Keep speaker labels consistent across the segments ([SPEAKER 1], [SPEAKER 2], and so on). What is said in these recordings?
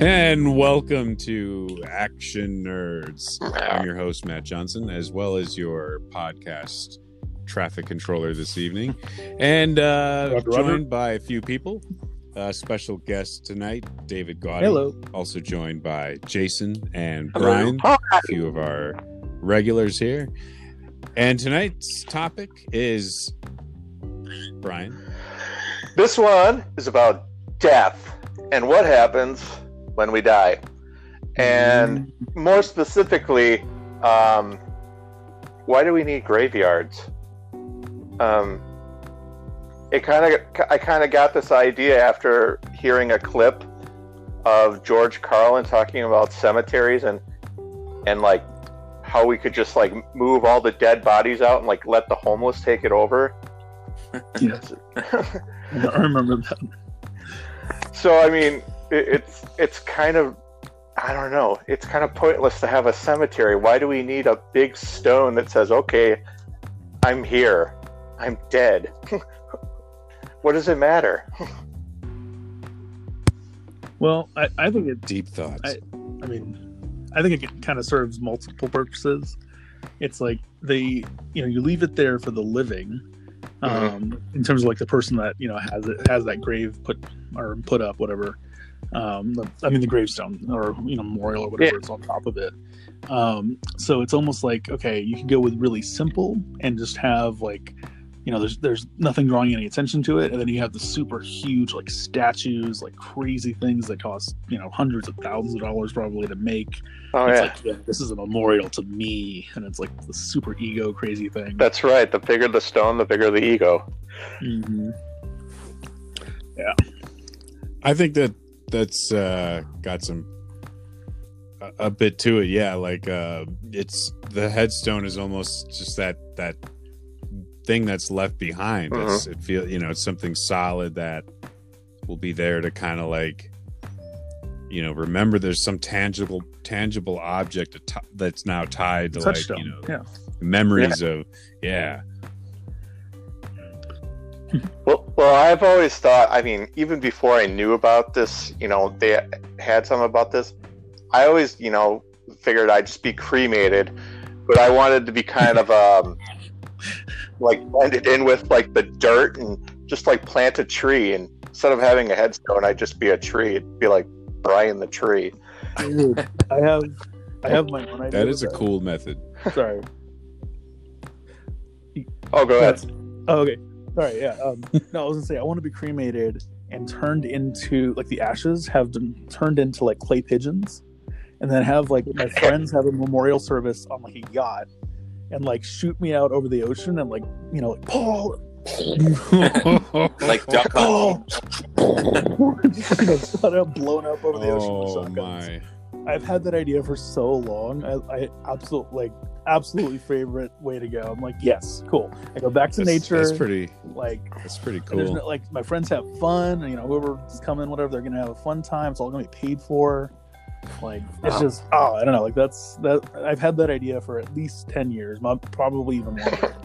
[SPEAKER 1] And welcome to Action Nerds. I'm your host, Matt Johnson, as well as your podcast traffic controller this evening. And uh,
[SPEAKER 2] Roger,
[SPEAKER 1] joined
[SPEAKER 2] Roger.
[SPEAKER 1] by a few people. Uh, special guest tonight, David Goddard.
[SPEAKER 2] Hello.
[SPEAKER 1] Also joined by Jason and
[SPEAKER 3] Hello.
[SPEAKER 1] Brian, a few of our regulars here. And tonight's topic is Brian.
[SPEAKER 3] This one is about death and what happens when we die. And more specifically, um, why do we need graveyards? Um, it kind of I kind of got this idea after hearing a clip of George Carlin talking about cemeteries and and like how we could just like move all the dead bodies out and like let the homeless take it over.
[SPEAKER 2] Yes. I remember that.
[SPEAKER 3] So I mean, it, it's it's kind of I don't know. It's kind of pointless to have a cemetery. Why do we need a big stone that says, "Okay, I'm here. I'm dead." what does it matter?
[SPEAKER 2] Well, I, I think it.
[SPEAKER 1] Deep thoughts.
[SPEAKER 2] I- I mean, I think it kind of serves multiple purposes. It's like they, you know, you leave it there for the living, um, in terms of like the person that you know has it has that grave put or put up whatever. Um, the, I mean, the gravestone or you know memorial or whatever is on top of it. Um, so it's almost like okay, you can go with really simple and just have like. You know, there's there's nothing drawing any attention to it, and then you have the super huge like statues, like crazy things that cost you know hundreds of thousands of dollars probably to make.
[SPEAKER 3] Oh
[SPEAKER 2] it's
[SPEAKER 3] yeah,
[SPEAKER 2] like yeah, this is a memorial to me, and it's like the super ego crazy thing.
[SPEAKER 3] that's right. The bigger the stone, the bigger the ego.
[SPEAKER 1] Mm-hmm.
[SPEAKER 2] Mhm.
[SPEAKER 1] I think that that's uh, got some a, a bit to it. Yeah, like uh, it's the headstone is almost just that that thing that's left behind.
[SPEAKER 2] Uh-huh.
[SPEAKER 1] It's, it feel you know it's something solid that will be there to kind of like you know remember. There's some tangible tangible object atti- that's now tied to
[SPEAKER 2] Touchstone.
[SPEAKER 1] like you know
[SPEAKER 2] yeah.
[SPEAKER 1] memories of yeah.
[SPEAKER 3] Well, well, I've always thought. I mean, even before I knew about this, you know, they had something about this. I always, you know, figured I'd just be cremated, but I wanted to be kind of um, like blended in with like the dirt and just like plant a tree. And instead of having a headstone, I'd just be a tree. It'd be like Brian the tree.
[SPEAKER 2] Dude, I have, I have my own idea.
[SPEAKER 1] That
[SPEAKER 2] with
[SPEAKER 1] is a cool method.
[SPEAKER 2] Sorry.
[SPEAKER 3] Oh, go ahead.
[SPEAKER 2] Oh, okay. Sorry. Yeah. Um, no, I was gonna say I want to be cremated and turned into like the ashes have been turned into like clay pigeons, and then have like my friends have a memorial service on like a yacht, and like shoot me out over the ocean and like you know like Paul.
[SPEAKER 4] like duck hunt.
[SPEAKER 2] Paul. Just, you know, shut up, blown up over the ocean. with
[SPEAKER 1] oh
[SPEAKER 2] shotguns.
[SPEAKER 1] my.
[SPEAKER 2] I've had that idea for so long. I, I absolute like absolutely favorite way to go. I'm like, yes, cool. I go back to
[SPEAKER 1] That's,
[SPEAKER 2] nature.
[SPEAKER 1] that's pretty.
[SPEAKER 2] like,
[SPEAKER 1] That's pretty
[SPEAKER 2] and there's
[SPEAKER 1] cool.
[SPEAKER 2] no, like my friends have fun. and, You know, whoever's coming, whatever, they're gonna have a fun time. It's all gonna be paid for. Like, it's
[SPEAKER 3] Wow.
[SPEAKER 2] just oh, I don't know. Like that's that. I've had that idea for at least ten years, mo- probably even longer.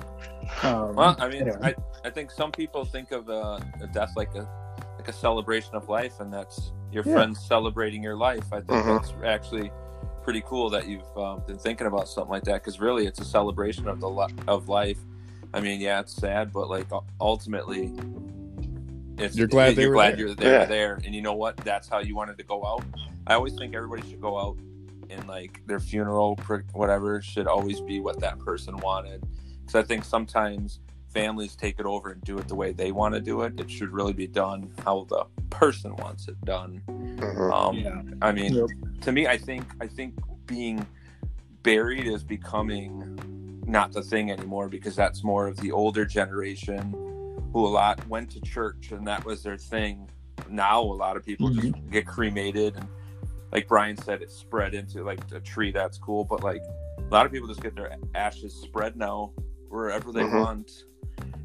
[SPEAKER 2] Um,
[SPEAKER 4] Well, I mean,
[SPEAKER 2] anyway.
[SPEAKER 4] I, I think some people think of uh, a death like a like a celebration of life, and that's your
[SPEAKER 2] Yeah.
[SPEAKER 4] friends celebrating your life. I think
[SPEAKER 3] Mhm.
[SPEAKER 1] Mm-hmm.
[SPEAKER 4] that's actually pretty cool that you've um, been thinking about something like that because really, it's a celebration of the li- of life. I mean, yeah, it's sad, but like u- ultimately, it's,
[SPEAKER 1] You're glad they
[SPEAKER 4] you're
[SPEAKER 1] were
[SPEAKER 4] glad
[SPEAKER 1] there.
[SPEAKER 4] you're there,
[SPEAKER 3] Yeah.
[SPEAKER 4] there, and you know what? That's how you wanted to go out. I always think everybody should go out and like their funeral, pr- whatever, should always be what that person wanted. Because I think sometimes families take it over and do it the way they want to do it. It should really be done how the person wants it done.
[SPEAKER 3] Mhm.
[SPEAKER 4] Um,
[SPEAKER 2] yeah,
[SPEAKER 4] I mean,
[SPEAKER 2] Yep.
[SPEAKER 4] to me, I think I think being buried is becoming not the thing anymore because that's more of the older generation who a lot went to church and that was their thing. Now a lot of people just get cremated and like Brian said, it's spread into like a tree. That's cool, but like a lot of people just get their ashes spread now wherever they
[SPEAKER 3] Mhm.
[SPEAKER 4] want.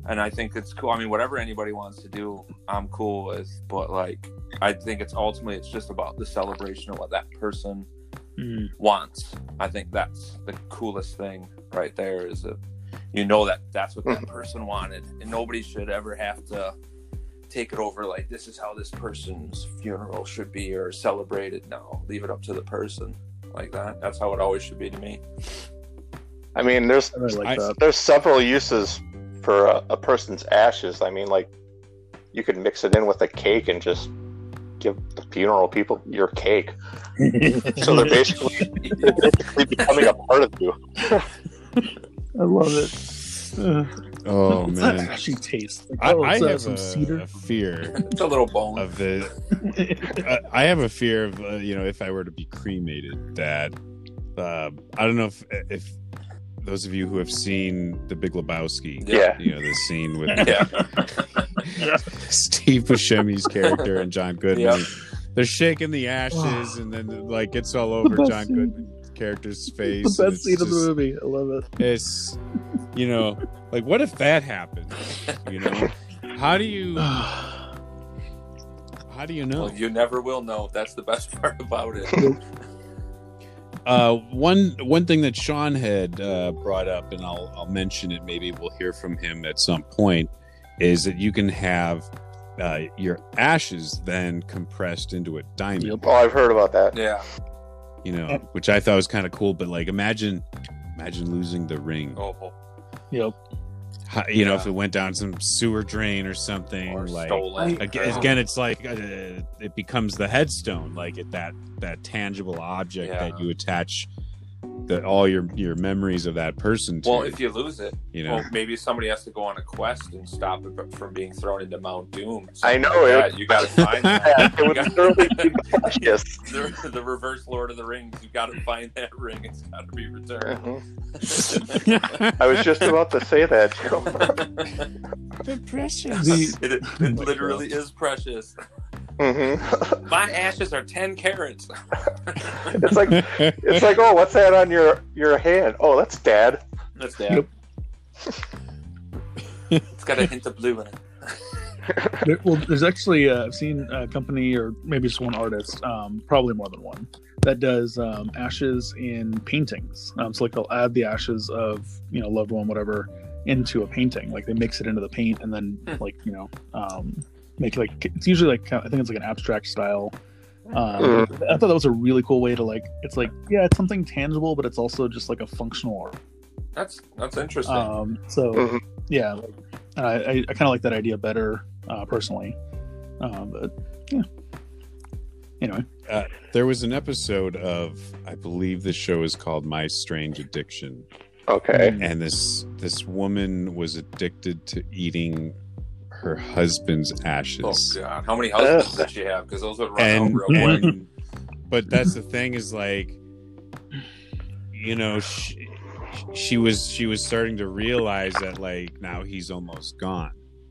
[SPEAKER 4] And I think it's cool. I mean, whatever anybody wants to do, I'm cool with. But like, I think it's ultimately it's just about the celebration of what that person
[SPEAKER 2] Mm.
[SPEAKER 4] wants. I think that's the coolest thing right there is that you know that that's what that person wanted, and nobody should ever have to take it over like this is how this person's funeral should be or celebrated. No, leave it up to the person like that. That's how it always should be to me.
[SPEAKER 3] I mean, there's
[SPEAKER 2] I really like
[SPEAKER 1] I-
[SPEAKER 2] that.
[SPEAKER 3] there's several uses for a, a person's ashes. I mean, like you could mix it in with a cake and just give the funeral people your cake. So they're basically becoming a part of you.
[SPEAKER 2] I love it. Uh,
[SPEAKER 1] Oh
[SPEAKER 2] what's that
[SPEAKER 1] man,
[SPEAKER 2] ashy taste? Like,
[SPEAKER 1] I,
[SPEAKER 2] oh,
[SPEAKER 1] I
[SPEAKER 2] is that
[SPEAKER 1] have
[SPEAKER 2] some
[SPEAKER 1] a,
[SPEAKER 2] cedar.
[SPEAKER 1] a fear
[SPEAKER 4] it's a little bone.
[SPEAKER 1] of the. I- I have a fear of uh, you know if I were to be cremated that uh, I don't know if if those of you who have seen The Big Lebowski,
[SPEAKER 3] Yeah.
[SPEAKER 1] you know the scene with
[SPEAKER 4] yeah.
[SPEAKER 1] Steve Buscemi's character and John Goodman.
[SPEAKER 4] Yep.
[SPEAKER 1] They're shaking the ashes, and then like it's all over
[SPEAKER 2] best
[SPEAKER 1] John
[SPEAKER 2] scene.
[SPEAKER 1] Goodman's character's face.
[SPEAKER 2] It's the
[SPEAKER 1] and
[SPEAKER 2] best
[SPEAKER 1] it's
[SPEAKER 2] scene of the
[SPEAKER 1] just-
[SPEAKER 2] movie. I love it.
[SPEAKER 1] It's you know like what if that happened? You know how do you how do you know?
[SPEAKER 4] Well, you never will know. That's the best part about it.
[SPEAKER 1] Uh, one one thing that Sean had uh, brought up, and I'll I'll mention it. Maybe we'll hear from him at some point. Is that you can have uh, your ashes then compressed into a diamond?
[SPEAKER 2] Yep.
[SPEAKER 3] Oh, I've heard about that.
[SPEAKER 4] Yeah.
[SPEAKER 1] You know, which I thought was kind of cool. But like, imagine imagine losing the ring.
[SPEAKER 4] Oh,
[SPEAKER 2] Yep.
[SPEAKER 1] How- you know,
[SPEAKER 4] Yeah.
[SPEAKER 1] if it went down some sewer drain or something,
[SPEAKER 4] or
[SPEAKER 1] like
[SPEAKER 4] stolen.
[SPEAKER 1] again, again, it's like uh, it becomes the headstone, like it, that that tangible object
[SPEAKER 4] Yeah.
[SPEAKER 1] that you attach that all your your memories of that person to.
[SPEAKER 4] Well, if you lose it,
[SPEAKER 1] you know,
[SPEAKER 4] well, maybe somebody has to go on a quest and stop it from being thrown into Mount Doom.
[SPEAKER 3] I know
[SPEAKER 4] Something like
[SPEAKER 3] it.
[SPEAKER 4] that. You got to find that.
[SPEAKER 3] Yeah, it would certainly be precious.
[SPEAKER 4] the, the reverse Lord of the Rings. You got to find that ring. It's got to be returned.
[SPEAKER 3] Mhm. I was just about to say that. Joe.
[SPEAKER 1] they're precious.
[SPEAKER 2] The-
[SPEAKER 4] It,
[SPEAKER 1] Oh
[SPEAKER 4] it literally is precious.
[SPEAKER 3] Mhm.
[SPEAKER 4] My ashes are ten carats.
[SPEAKER 3] It's like it's like, oh, what's that on your your hand? Oh, that's dad.
[SPEAKER 4] That's that.
[SPEAKER 2] Yep.
[SPEAKER 4] it's got a hint of blue in it.
[SPEAKER 2] There, well, there's actually uh, I've seen a company or maybe just one artist, um, probably more than one, that does um, ashes in paintings. Um, so like they'll add the ashes of you know loved one whatever into a painting. Like they mix it into the paint and then
[SPEAKER 4] Hmm.
[SPEAKER 2] like you know um, make like it's usually like kind of- I think it's like an abstract style. Um, I thought that was a really cool way to like. It's like yeah, it's something tangible, but it's also just like a functional art.
[SPEAKER 4] That's that's interesting.
[SPEAKER 1] Oh,
[SPEAKER 2] Um, so
[SPEAKER 3] Mhm.
[SPEAKER 2] yeah, like, I, I, I kind of like that idea better uh, personally. Um, but yeah. Anyway,
[SPEAKER 1] there was an episode of, I believe the show is called My Strange Addiction,
[SPEAKER 3] Okay.
[SPEAKER 1] and this this woman was addicted to eating her husband's
[SPEAKER 4] oh
[SPEAKER 1] ashes.
[SPEAKER 4] god, how many husbands
[SPEAKER 3] Ugh.
[SPEAKER 4] did she have? Because those would run out
[SPEAKER 1] and,
[SPEAKER 4] real quick.
[SPEAKER 1] and- but that's the thing is like you know she, she was she was starting to realize that like now he's almost gone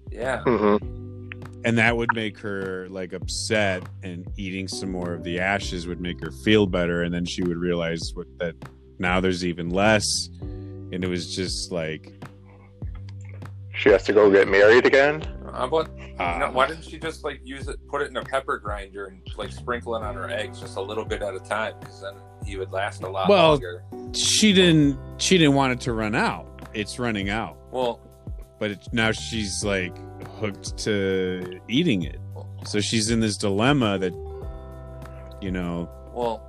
[SPEAKER 4] Yeah.
[SPEAKER 3] Mhm.
[SPEAKER 1] and that would make her like upset and eating some more of the ashes would make her feel better and then she would realize what, that now there's even less and it was just like
[SPEAKER 3] She has to go get married again.
[SPEAKER 4] Uh, but
[SPEAKER 1] ah,
[SPEAKER 4] no, why didn't she just like use it, put it in a pepper grinder, and like sprinkle it on her eggs just a little bit at a time? Because then he would last a lot
[SPEAKER 1] Well-
[SPEAKER 4] longer.
[SPEAKER 1] she didn't she didn't want it to run out it's running out
[SPEAKER 4] Well,
[SPEAKER 1] but it, now she's like hooked to eating it so she's in this dilemma that you know
[SPEAKER 4] well,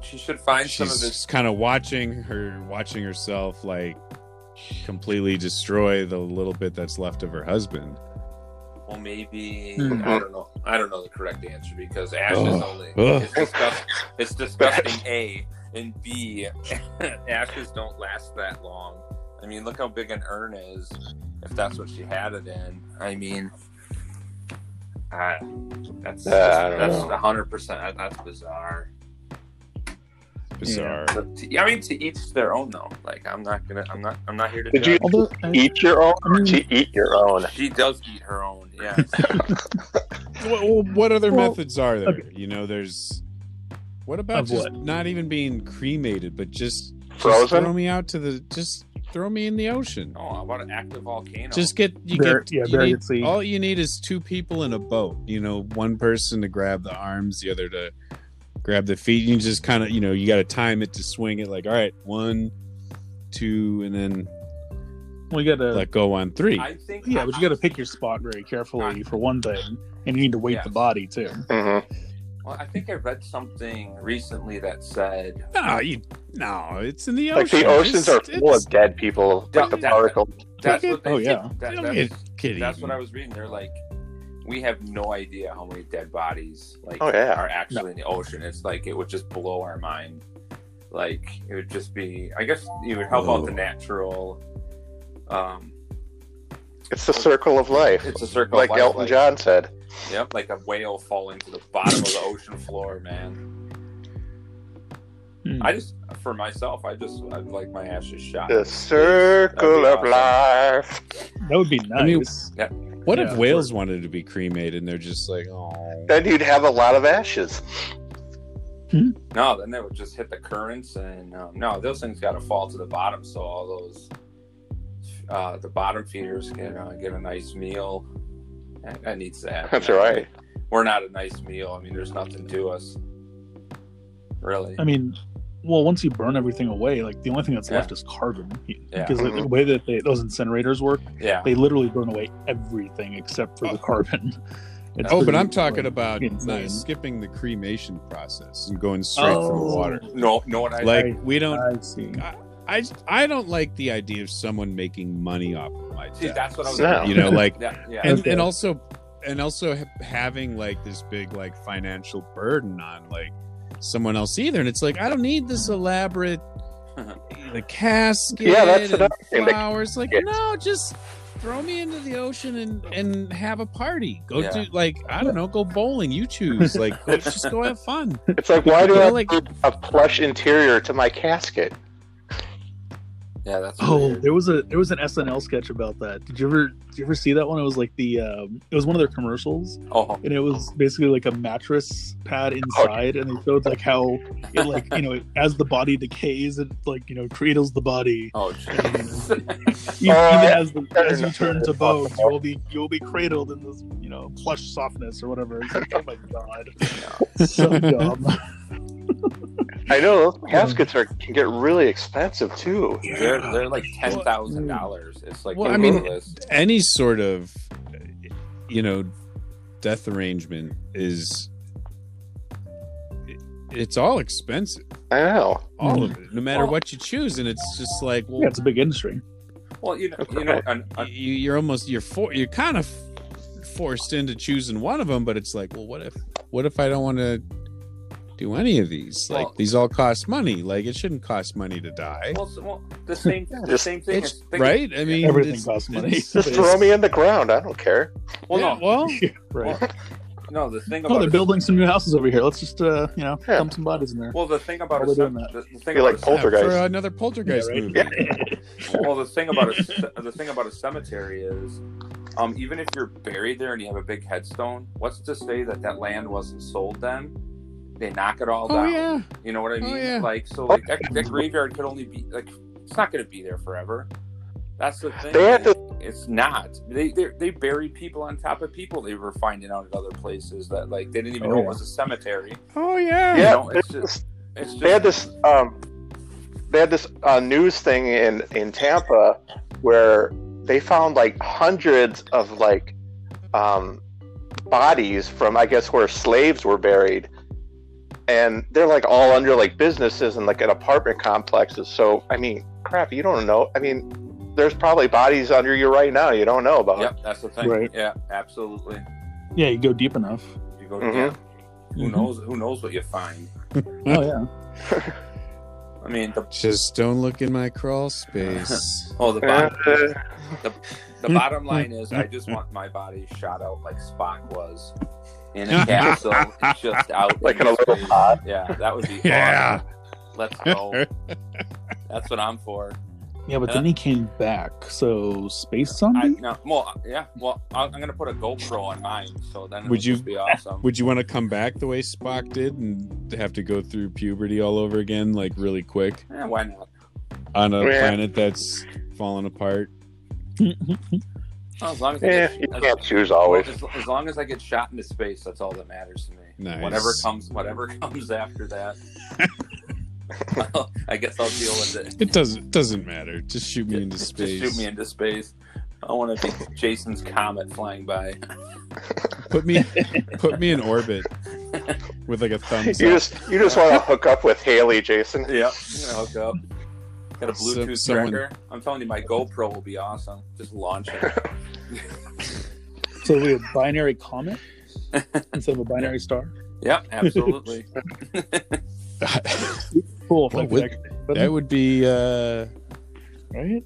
[SPEAKER 4] she should find some of this.
[SPEAKER 1] she's kind of watching her watching herself like completely destroy the little bit that's left of her husband
[SPEAKER 4] Well, maybe
[SPEAKER 2] Hmm.
[SPEAKER 4] I don't know. I don't know the correct answer because ash is
[SPEAKER 1] Ugh.
[SPEAKER 4] only
[SPEAKER 1] Ugh.
[SPEAKER 4] it's disgusting. It's disgusting. A and B, ashes don't last that long. I mean, look how big an urn is. If that's what she had it in, I mean, I, that's
[SPEAKER 3] Yeah, I don't
[SPEAKER 4] that's
[SPEAKER 3] know.
[SPEAKER 4] a hundred percent. That's bizarre.
[SPEAKER 1] bizarre
[SPEAKER 4] But to- I mean, to each their own, though. Like, I'm not gonna. I'm not. I'm not here to.
[SPEAKER 3] Did
[SPEAKER 4] Judge.
[SPEAKER 3] you
[SPEAKER 2] although I,
[SPEAKER 3] eat your own or to eat your own?
[SPEAKER 4] She does eat her own. Yes.
[SPEAKER 1] what, well, what other
[SPEAKER 2] Well,
[SPEAKER 1] methods are there
[SPEAKER 2] okay.
[SPEAKER 1] you know there's what about
[SPEAKER 2] Of
[SPEAKER 1] just not even being cremated but just, just
[SPEAKER 3] Frozen?
[SPEAKER 1] throw me out to the just throw me in the ocean
[SPEAKER 4] oh, I want an active volcano.
[SPEAKER 1] just get you
[SPEAKER 2] Bur-
[SPEAKER 1] get
[SPEAKER 2] yeah,
[SPEAKER 1] you
[SPEAKER 2] bury
[SPEAKER 1] need-
[SPEAKER 2] at sea.
[SPEAKER 1] all you need is two people in a boat you know one person to grab the arms the other to grab the feet you just kind of you know you got to time it to swing it like all right one two and then
[SPEAKER 2] We got to
[SPEAKER 1] let go on three.
[SPEAKER 4] I think.
[SPEAKER 2] yeah, but you got to pick your spot very carefully for one thing, and you need to weight
[SPEAKER 4] Yes.
[SPEAKER 2] the body too.
[SPEAKER 3] Mm-hmm.
[SPEAKER 4] Well, I think I read something recently that said
[SPEAKER 1] no, you, no, it's in the ocean.
[SPEAKER 3] Like the oceans are
[SPEAKER 1] It's-
[SPEAKER 3] full
[SPEAKER 1] it's-
[SPEAKER 3] of dead people,
[SPEAKER 4] Yeah,
[SPEAKER 3] like the
[SPEAKER 4] yeah.
[SPEAKER 3] particles.
[SPEAKER 4] that's what they
[SPEAKER 2] Oh,
[SPEAKER 4] think-
[SPEAKER 2] yeah.
[SPEAKER 4] that-
[SPEAKER 1] you don't
[SPEAKER 4] that's,
[SPEAKER 1] get kitty
[SPEAKER 4] that's what I
[SPEAKER 1] eaten.
[SPEAKER 4] was reading. They're like, we have no idea how many dead bodies like
[SPEAKER 3] Oh, yeah.
[SPEAKER 4] are actually in the ocean. It's like it would just blow our mind. Like it would just be. I guess you would help out the
[SPEAKER 1] Ooh.
[SPEAKER 4] natural. Um,
[SPEAKER 3] It's the circle of life,
[SPEAKER 4] it's a circle,
[SPEAKER 3] like
[SPEAKER 4] of life,
[SPEAKER 3] Elton
[SPEAKER 4] like-
[SPEAKER 3] John said.
[SPEAKER 4] Yep, like a whale falling to the bottom of the ocean floor, man.
[SPEAKER 2] Mm.
[SPEAKER 4] I just, for myself, I just, I'd like my ashes shot.
[SPEAKER 3] The
[SPEAKER 4] It's- Ah, that'd be
[SPEAKER 3] circle of
[SPEAKER 4] awesome.
[SPEAKER 3] life.
[SPEAKER 2] That would be
[SPEAKER 1] I mean-
[SPEAKER 2] nice.
[SPEAKER 1] What
[SPEAKER 2] Yeah.
[SPEAKER 1] if whales wanted to be cremated and they're just like, oh,
[SPEAKER 3] Then you'd have a lot of ashes.
[SPEAKER 4] No, then they would just hit the currents, and um, no, those things got to fall to the bottom, so all those, uh, the bottom feeders can uh, get a nice meal. That, that needs that.
[SPEAKER 3] That's right.
[SPEAKER 4] We're not a nice meal. I mean, there's nothing to us, really.
[SPEAKER 1] Um,
[SPEAKER 2] I mean, well, once you burn everything away, like the only thing that's
[SPEAKER 4] Yeah.
[SPEAKER 2] left is carbon.
[SPEAKER 4] Yeah.
[SPEAKER 2] Because like, the way that they, those incinerators work,
[SPEAKER 4] Yeah,
[SPEAKER 2] they literally burn away everything except for the carbon. It's
[SPEAKER 1] oh, but
[SPEAKER 2] pretty,
[SPEAKER 1] I'm talking
[SPEAKER 2] like,
[SPEAKER 1] about
[SPEAKER 2] insane.
[SPEAKER 1] not skipping the cremation process and going straight for the
[SPEAKER 2] Oh.
[SPEAKER 1] water.
[SPEAKER 4] no, no one. I,
[SPEAKER 1] Like we don't.
[SPEAKER 2] I see.
[SPEAKER 1] I I don't like the idea of someone making money off of my
[SPEAKER 4] see,
[SPEAKER 1] death.
[SPEAKER 4] that's what I was.
[SPEAKER 3] No.
[SPEAKER 1] You know, like
[SPEAKER 4] yeah, yeah.
[SPEAKER 1] and
[SPEAKER 2] Okay.
[SPEAKER 1] and also and also ha- having like this big like financial burden on like someone else either and it's like i don't need this elaborate the casket
[SPEAKER 3] Yeah, that's
[SPEAKER 1] and
[SPEAKER 3] another thing. They-
[SPEAKER 1] flowers like no just throw me into the ocean and and have a party go
[SPEAKER 4] Yeah.
[SPEAKER 1] do like i don't know go bowling you choose like let's just go have fun
[SPEAKER 3] It's like, why do
[SPEAKER 1] You
[SPEAKER 3] I
[SPEAKER 1] know,
[SPEAKER 3] have
[SPEAKER 1] like-
[SPEAKER 3] a plush interior to my casket?
[SPEAKER 4] yeah, that's.
[SPEAKER 2] Oh,
[SPEAKER 4] weird.
[SPEAKER 2] there was a there was an SNL sketch about that. Did you ever did you ever see that one? It was like the um, it was one of their commercials,
[SPEAKER 4] oh,
[SPEAKER 2] and it was basically like a mattress pad inside, and they showed like how it like you know it, as the body decays, it like you know cradles the body, E-,
[SPEAKER 4] oh, jeez.
[SPEAKER 2] even,
[SPEAKER 3] Uh,
[SPEAKER 2] even as, the, as you
[SPEAKER 3] enough.
[SPEAKER 2] turn to bones, you will be you will be cradled in this you know plush softness or whatever. It's like, oh my god, so dumb.
[SPEAKER 3] I know
[SPEAKER 1] Mm-hmm.
[SPEAKER 3] those caskets are can get really expensive too.
[SPEAKER 4] they're, they're like ten thousand dollars. It's like
[SPEAKER 1] Mm. Well,
[SPEAKER 2] I mean-
[SPEAKER 4] ridiculous.
[SPEAKER 1] any sort of eh, you know death arrangement is it- it's all expensive
[SPEAKER 3] I know.
[SPEAKER 1] all
[SPEAKER 2] Mm.
[SPEAKER 1] of it no matter
[SPEAKER 4] Well-
[SPEAKER 1] what you choose and it's just like well
[SPEAKER 2] Yeah, it's a big industry.
[SPEAKER 4] Well, you know, you know, an,
[SPEAKER 1] y-
[SPEAKER 4] an,
[SPEAKER 1] you, you're almost you're for, you're kind of forced into choosing one of them but it's like well what if what if i don't want to do any of these like
[SPEAKER 4] Well-
[SPEAKER 1] these all cost money like it shouldn't cost money to die
[SPEAKER 4] well, s- well, the same, the
[SPEAKER 3] Just-
[SPEAKER 4] same thing.
[SPEAKER 1] it's,
[SPEAKER 4] is-
[SPEAKER 1] right i mean
[SPEAKER 2] Everything
[SPEAKER 1] it's-
[SPEAKER 2] costs money.
[SPEAKER 1] it's-
[SPEAKER 3] Just throw me in the ground. I don't care.
[SPEAKER 4] Well,
[SPEAKER 1] yeah,
[SPEAKER 4] no,
[SPEAKER 1] well
[SPEAKER 2] Right.
[SPEAKER 4] no. The thing about
[SPEAKER 2] Oh, they're
[SPEAKER 4] it-
[SPEAKER 2] building some new houses over here. Let's just uh, you know
[SPEAKER 3] Yeah.
[SPEAKER 2] dump some bodies in there.
[SPEAKER 4] Well, the thing about a,
[SPEAKER 2] Why we're
[SPEAKER 4] ce-
[SPEAKER 2] doing
[SPEAKER 4] the, the thing
[SPEAKER 3] Be
[SPEAKER 4] about
[SPEAKER 3] like
[SPEAKER 4] a
[SPEAKER 3] Polter-
[SPEAKER 4] ce-
[SPEAKER 1] for
[SPEAKER 3] Poltergeist.
[SPEAKER 1] another poltergeist
[SPEAKER 2] Yeah, right?
[SPEAKER 1] movie
[SPEAKER 4] well, the thing about a, ce- the thing about a cemetery is, um, even if you're buried there and you have a big headstone, what's to say that that land wasn't sold then? They knock it all
[SPEAKER 1] oh
[SPEAKER 4] down.
[SPEAKER 1] yeah
[SPEAKER 4] You know what I
[SPEAKER 1] Oh,
[SPEAKER 4] mean?
[SPEAKER 1] yeah.
[SPEAKER 4] Like, so like that, that graveyard could only be like it's not going to be there forever. That's the thing.
[SPEAKER 3] They had to-
[SPEAKER 4] It's not. They they they buried people on top of people. They were finding out at other places that like they didn't even
[SPEAKER 2] Oh,
[SPEAKER 4] know
[SPEAKER 2] yeah.
[SPEAKER 4] it was a cemetery.
[SPEAKER 1] oh yeah
[SPEAKER 4] You
[SPEAKER 3] Yeah,
[SPEAKER 4] know, it's just it's just
[SPEAKER 3] They had this. Um, they had this uh, news thing in in Tampa where they found like hundreds of like um, bodies from I guess where slaves were buried, and they're like all under like businesses and like at apartment complexes. So I mean, crap, you don't know. I mean, there's probably bodies under you right now you don't know about.
[SPEAKER 4] Yep, that's the thing.
[SPEAKER 2] Right.
[SPEAKER 4] Yeah, absolutely.
[SPEAKER 2] Yeah, you go deep enough.
[SPEAKER 4] You go
[SPEAKER 3] Mhm.
[SPEAKER 4] yeah, Who
[SPEAKER 1] Mm-hmm.
[SPEAKER 2] Mhm.
[SPEAKER 4] knows? Who knows what you find?
[SPEAKER 2] Oh yeah.
[SPEAKER 4] I mean, the
[SPEAKER 1] Just don't look in my crawl space.
[SPEAKER 4] oh the bottom,
[SPEAKER 3] Uh,
[SPEAKER 4] the bottom line is, I just want my body shot out like Spock was in a capsule, just out
[SPEAKER 3] Like
[SPEAKER 4] in
[SPEAKER 3] in a little
[SPEAKER 4] space.
[SPEAKER 3] pod.
[SPEAKER 4] Yeah, that would be
[SPEAKER 1] yeah.
[SPEAKER 4] Awesome. Let's go. That's what I'm for.
[SPEAKER 2] Yeah, but
[SPEAKER 4] Yeah.
[SPEAKER 2] then he came back. So space
[SPEAKER 4] I,
[SPEAKER 2] zombie.
[SPEAKER 4] no, well, yeah. Well, I'm I'm gonna put a GoPro on mine, so then it
[SPEAKER 1] Would
[SPEAKER 4] would
[SPEAKER 1] you-
[SPEAKER 4] just be awesome.
[SPEAKER 1] Would you want to come back the way Spock did and have to go through puberty all over again, like really quick,
[SPEAKER 4] Eh, why not?
[SPEAKER 1] on a
[SPEAKER 3] Yeah.
[SPEAKER 1] planet that's falling apart?
[SPEAKER 4] As long as I
[SPEAKER 3] eh,
[SPEAKER 4] get-
[SPEAKER 3] you
[SPEAKER 4] as-
[SPEAKER 3] can't choose always.
[SPEAKER 4] Well, as, as long as I get shot into space, that's all that matters to me.
[SPEAKER 1] Nice.
[SPEAKER 4] Whatever comes, whatever comes after that. I guess I'll deal with it.
[SPEAKER 1] It doesn't doesn't matter. Just shoot me into
[SPEAKER 4] Just
[SPEAKER 1] space.
[SPEAKER 4] shoot me into space. I want to be Jason's comet flying by.
[SPEAKER 1] Put me put me in orbit with like a thumbs
[SPEAKER 3] You
[SPEAKER 1] up.
[SPEAKER 3] just you just want to hook up with Haley, Jason.
[SPEAKER 4] Yep. I'm gonna hook up. Got a
[SPEAKER 1] Some-
[SPEAKER 4] Bluetooth
[SPEAKER 1] someone-
[SPEAKER 4] tracker. I'm telling you, my GoPro will be awesome. Just launch it.
[SPEAKER 2] So we have binary comet instead of a binary star.
[SPEAKER 4] Yep, absolutely.
[SPEAKER 2] Cool. if I
[SPEAKER 1] What
[SPEAKER 2] could
[SPEAKER 1] would-
[SPEAKER 2] actually-
[SPEAKER 1] that would be uh
[SPEAKER 2] right?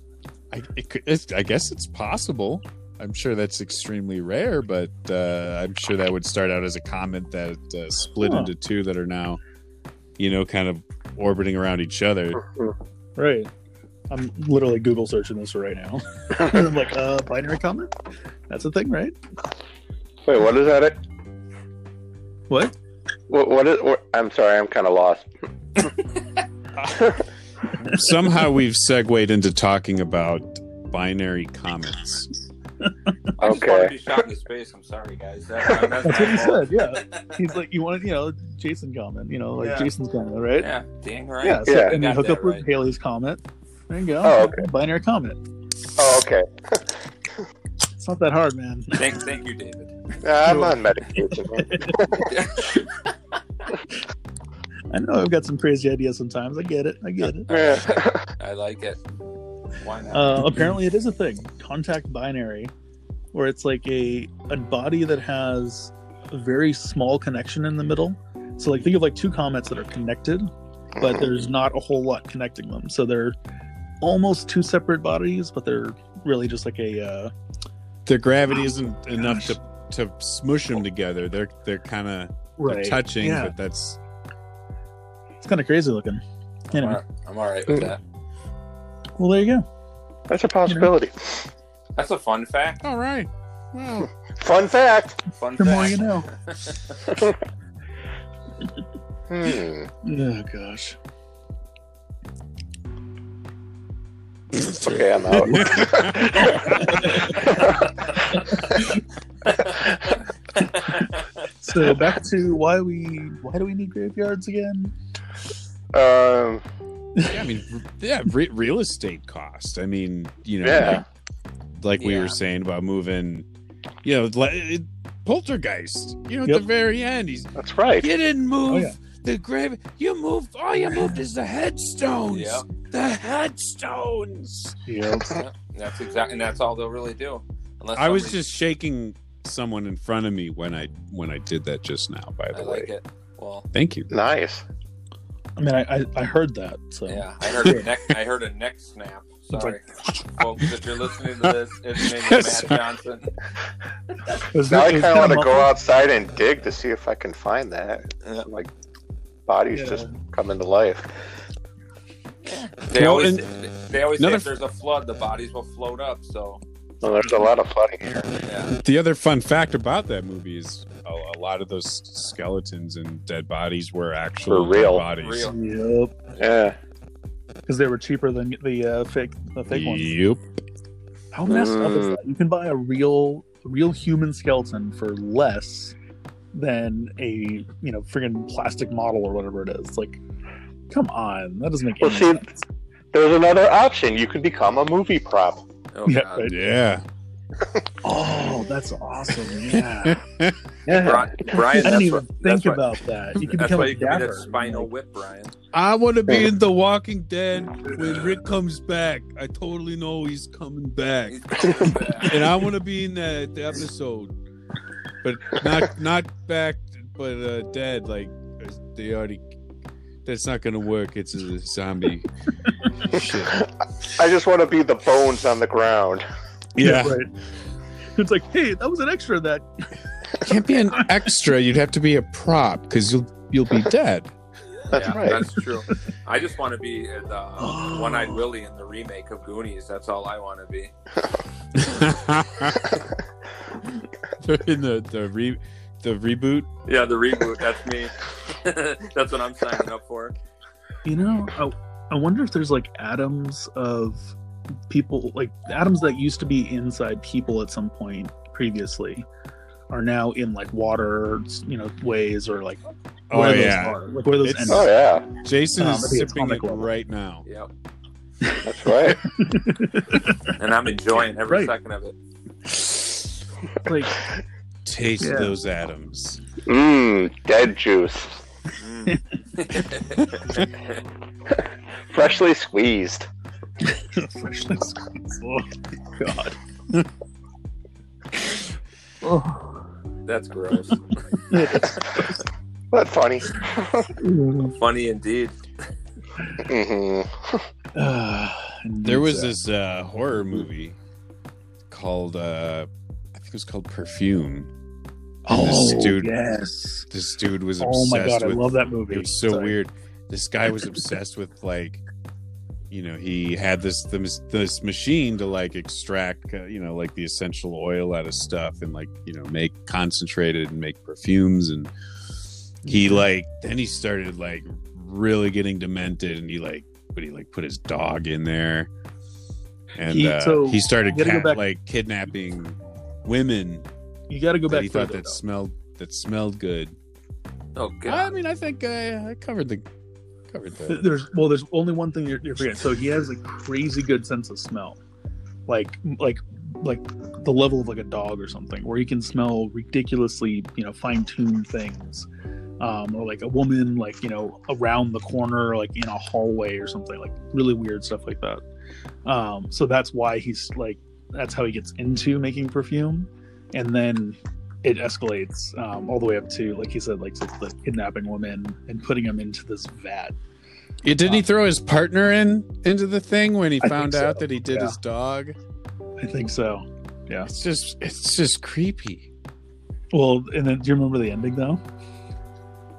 [SPEAKER 1] I, it could, it's, I guess it's possible. I'm sure that's extremely rare, but uh, I'm sure that would start out as a comet that uh, split
[SPEAKER 2] Huh.
[SPEAKER 1] into two that are now, you know, kind of orbiting around each other.
[SPEAKER 2] Right. I'm literally Google searching this right now. I'm like, uh, binary comet? That's a thing, right?
[SPEAKER 3] Wait, what is that?
[SPEAKER 2] What?
[SPEAKER 3] What, what is? What, I'm sorry, I'm kind of lost.
[SPEAKER 1] Somehow we've segued into talking about binary comets.
[SPEAKER 4] I just want
[SPEAKER 3] Okay.
[SPEAKER 4] to be shot into space. I'm sorry, guys. That, that's
[SPEAKER 2] That's what he
[SPEAKER 4] my fault.
[SPEAKER 2] said. Yeah. He's like, you want, you know, Jason comet, you know, like
[SPEAKER 4] Yeah.
[SPEAKER 2] Jason's comet, right?
[SPEAKER 4] Yeah, dang right.
[SPEAKER 2] Yeah. So,
[SPEAKER 3] Yeah.
[SPEAKER 2] And then
[SPEAKER 4] Got
[SPEAKER 2] hook
[SPEAKER 4] that
[SPEAKER 2] up with
[SPEAKER 4] right.
[SPEAKER 2] Haley's comet. There you go.
[SPEAKER 3] Oh, okay.
[SPEAKER 2] Binary comet.
[SPEAKER 3] Oh, okay.
[SPEAKER 2] It's not that hard, man.
[SPEAKER 4] Thank, thank you, David.
[SPEAKER 3] Nah, I'm on medication. man.
[SPEAKER 2] I know I've got some crazy ideas sometimes. I get it. I get it.
[SPEAKER 3] Yeah.
[SPEAKER 4] I like it. Why not?
[SPEAKER 2] Uh, apparently, it is a thing. Contact binary, where it's like a a body that has a very small connection in the middle. So, like, think of like two comets that are connected, but there's not a whole lot connecting them. So they're almost two separate bodies, but they're really just like a uh,
[SPEAKER 1] Their
[SPEAKER 2] Oh
[SPEAKER 1] gravity isn't enough to to smush them together. They're they're kind of touching,
[SPEAKER 2] Yeah,
[SPEAKER 1] but that's
[SPEAKER 2] it's kind of crazy looking.
[SPEAKER 4] I'm,
[SPEAKER 2] Anyway,
[SPEAKER 4] all, I'm all right with that.
[SPEAKER 2] well, there you go.
[SPEAKER 3] That's a possibility.
[SPEAKER 4] That's a fun fact.
[SPEAKER 1] all right. Well,
[SPEAKER 3] Fun fact.
[SPEAKER 4] Fun
[SPEAKER 2] The
[SPEAKER 4] fact.
[SPEAKER 2] more you know.
[SPEAKER 3] Hmm.
[SPEAKER 2] Oh gosh.
[SPEAKER 3] Okay, I'm out.
[SPEAKER 2] So back to why we why do we need graveyards again?
[SPEAKER 3] um,
[SPEAKER 1] yeah, I mean, yeah, re- real estate cost. I mean, you know,
[SPEAKER 3] yeah.
[SPEAKER 1] like we
[SPEAKER 4] Yeah.
[SPEAKER 1] were saying about moving, you know, le- it, poltergeist. You know, at
[SPEAKER 2] Yep.
[SPEAKER 1] the very end, he's
[SPEAKER 3] That's right.
[SPEAKER 1] you didn't move
[SPEAKER 2] Oh, yeah.
[SPEAKER 1] the grave. You moved. All you moved is the headstones.
[SPEAKER 4] Yep.
[SPEAKER 1] The headstones.
[SPEAKER 2] Yeah.
[SPEAKER 4] Yeah, that's exactly, and that's all they'll really do. Unless
[SPEAKER 1] I was
[SPEAKER 4] somebody-
[SPEAKER 1] just shaking someone in front of me when I when I did that just now. By
[SPEAKER 4] I
[SPEAKER 1] the way,
[SPEAKER 4] like it. Well,
[SPEAKER 1] thank you.
[SPEAKER 3] Nice.
[SPEAKER 2] I mean, I, I I heard that. So
[SPEAKER 4] yeah, I heard a neck. I heard a neck snap. Sorry, folks. If you're listening to this, it's maybe Matt
[SPEAKER 1] Sorry.
[SPEAKER 4] Johnson.
[SPEAKER 2] It was-
[SPEAKER 3] Now I
[SPEAKER 2] it was
[SPEAKER 3] kind of want to
[SPEAKER 2] muffled.
[SPEAKER 3] go outside and dig to see if I can find that.
[SPEAKER 4] Yeah.
[SPEAKER 3] Like, bodies
[SPEAKER 2] Yeah.
[SPEAKER 3] just coming to life.
[SPEAKER 4] They
[SPEAKER 1] Well,
[SPEAKER 4] always, they always say
[SPEAKER 1] another-
[SPEAKER 4] if there's a flood, the bodies will float up. So,
[SPEAKER 3] Well, there's a lot of flooding here.
[SPEAKER 4] yeah,
[SPEAKER 1] The other fun fact about that movie is a, a lot of those skeletons and dead bodies were actual
[SPEAKER 3] Were real.
[SPEAKER 1] dead bodies.
[SPEAKER 4] real.
[SPEAKER 2] Yep,
[SPEAKER 3] Yeah.
[SPEAKER 2] because they were cheaper than the uh, fake the fake ones.
[SPEAKER 1] Yep.
[SPEAKER 2] How messed up is
[SPEAKER 3] Mm.
[SPEAKER 2] that? You can buy a real real human skeleton for less than a you know friggin' plastic model or whatever it is. Like, come on, that doesn't make
[SPEAKER 3] Well,
[SPEAKER 2] any
[SPEAKER 3] see-
[SPEAKER 2] sense.
[SPEAKER 3] There's another option. You can become a movie prop.
[SPEAKER 4] Oh,
[SPEAKER 2] Yeah,
[SPEAKER 4] God.
[SPEAKER 2] right.
[SPEAKER 1] Yeah.
[SPEAKER 2] Oh, that's awesome! Yeah,
[SPEAKER 3] Yeah.
[SPEAKER 4] Bri- Brian,
[SPEAKER 2] I
[SPEAKER 4] that's
[SPEAKER 2] didn't even
[SPEAKER 4] what- that's
[SPEAKER 2] think
[SPEAKER 4] what-
[SPEAKER 2] about that. You can
[SPEAKER 4] that's
[SPEAKER 2] become
[SPEAKER 4] why
[SPEAKER 2] a
[SPEAKER 4] you can be
[SPEAKER 2] dapper.
[SPEAKER 4] that spinal whip, Brian.
[SPEAKER 1] I want to be in The Walking Dead when Rick comes back. I totally know he's coming back, and I want to be in that the episode, but not not back, but uh, dead. Like they already. That's not gonna work. It's a zombie. Shit.
[SPEAKER 3] I just want to be the bones on the ground.
[SPEAKER 1] Yeah,
[SPEAKER 2] right. It's like, hey, that was an extra that
[SPEAKER 1] can't be an extra. You'd have to be a prop because you'll you'll be dead.
[SPEAKER 3] That's
[SPEAKER 4] yeah,
[SPEAKER 3] right.
[SPEAKER 4] That's true. I just want to be uh, the
[SPEAKER 2] Oh.
[SPEAKER 4] one-eyed Willie in the remake of Goonies. That's all I want to be.
[SPEAKER 1] They're in the the re the reboot.
[SPEAKER 4] Yeah, the reboot. That's me. that's what I'm signing up for.
[SPEAKER 2] You know, I, I wonder if there's like atoms of people, like atoms that used to be inside people at some point previously, are now in like water, you know, ways or like
[SPEAKER 1] Oh,
[SPEAKER 2] where
[SPEAKER 1] yeah.
[SPEAKER 2] those are, like where those
[SPEAKER 1] It's-
[SPEAKER 2] end.
[SPEAKER 3] Oh
[SPEAKER 2] up.
[SPEAKER 3] yeah,
[SPEAKER 1] Jason
[SPEAKER 2] Um,
[SPEAKER 1] is
[SPEAKER 2] at the
[SPEAKER 1] sipping
[SPEAKER 2] atomic
[SPEAKER 1] it
[SPEAKER 2] level.
[SPEAKER 1] right now.
[SPEAKER 4] Yep.
[SPEAKER 3] that's right.
[SPEAKER 4] And I'm enjoying every
[SPEAKER 2] Right.
[SPEAKER 4] second of it.
[SPEAKER 2] Like
[SPEAKER 1] Taste
[SPEAKER 2] Yeah.
[SPEAKER 1] those atoms.
[SPEAKER 3] Mmm, dead juice,
[SPEAKER 4] Mm.
[SPEAKER 3] freshly squeezed.
[SPEAKER 2] freshly squeezed. Oh, God. Oh,
[SPEAKER 4] That's gross.
[SPEAKER 3] Not funny.
[SPEAKER 4] Funny indeed.
[SPEAKER 3] hmm
[SPEAKER 2] Ah,
[SPEAKER 1] There was
[SPEAKER 2] pizza.
[SPEAKER 1] this uh, horror movie called, uh, I think it was called Perfume.
[SPEAKER 2] oh,
[SPEAKER 1] this dude-
[SPEAKER 2] Yes.
[SPEAKER 1] This dude was obsessed
[SPEAKER 2] Oh my god, I
[SPEAKER 1] with
[SPEAKER 2] love that movie.
[SPEAKER 1] It was so
[SPEAKER 2] Sorry.
[SPEAKER 1] weird. This guy was obsessed with like, you know, he had this this, this machine to like extract, uh, you know, like the essential oil out of stuff and like you know make concentrated and make perfumes and he like then he started like really getting demented and he like but he like put his dog in there and
[SPEAKER 2] He-
[SPEAKER 1] uh,
[SPEAKER 2] so,
[SPEAKER 1] he started
[SPEAKER 2] you gotta go
[SPEAKER 1] cat-
[SPEAKER 2] back-
[SPEAKER 1] like kidnapping women
[SPEAKER 2] You got to go
[SPEAKER 1] that
[SPEAKER 2] back.
[SPEAKER 1] he thought
[SPEAKER 2] further,
[SPEAKER 1] that smelled that smelled good
[SPEAKER 4] Oh
[SPEAKER 1] I
[SPEAKER 4] god.
[SPEAKER 1] mean, I think uh, I, I covered the covered
[SPEAKER 2] though.
[SPEAKER 1] the.
[SPEAKER 2] There's well, there's only one thing you're, you're forgetting. So he has a crazy good sense of smell, like like like the level of like a dog or something, where he can smell ridiculously you know fine tuned things, um, or like a woman like you know around the corner, or, like in a hallway or something, like really weird stuff like that. Um, so that's why he's like that's how he gets into making perfume, and then it escalates um, all the way up to like he said, like to the kidnapping women and putting them into this vat.
[SPEAKER 1] Yeah, didn't he throw his partner in into the thing when he
[SPEAKER 2] I
[SPEAKER 1] found
[SPEAKER 2] think so,
[SPEAKER 1] out that he did
[SPEAKER 2] yeah.
[SPEAKER 1] his dog?
[SPEAKER 2] I think so.
[SPEAKER 1] It's just, it's just creepy.
[SPEAKER 2] Well, and then do you remember the ending though?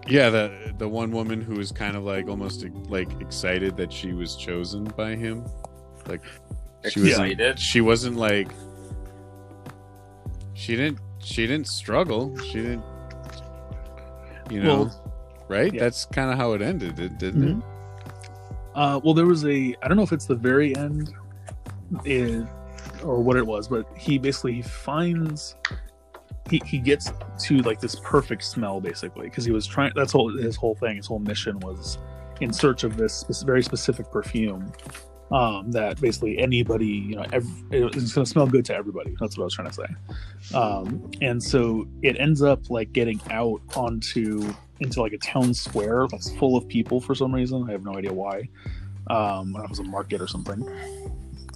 [SPEAKER 1] Yeah, the the one woman who was kind of like almost like excited that she was chosen by him, like she was
[SPEAKER 4] Excited?
[SPEAKER 1] she wasn't like she didn't she didn't struggle. She didn't, you know, right?
[SPEAKER 2] yeah. Mm-hmm.
[SPEAKER 1] That's kind of how it ended, didn't it?
[SPEAKER 2] Uh, well, there was a I don't know if it's the very end, eh, or what it was, but he basically he finds he he gets to like this perfect smell basically because he was trying. That's all his whole thing. His whole mission was in search of this spec- very specific perfume um, that basically anybody you know ev it's going to smell good to everybody. That's what I was trying to say. Um, and so it ends up like getting out onto into like a town square that's full of people for some reason. I have no idea why. Um, I don't know if it was a market or something.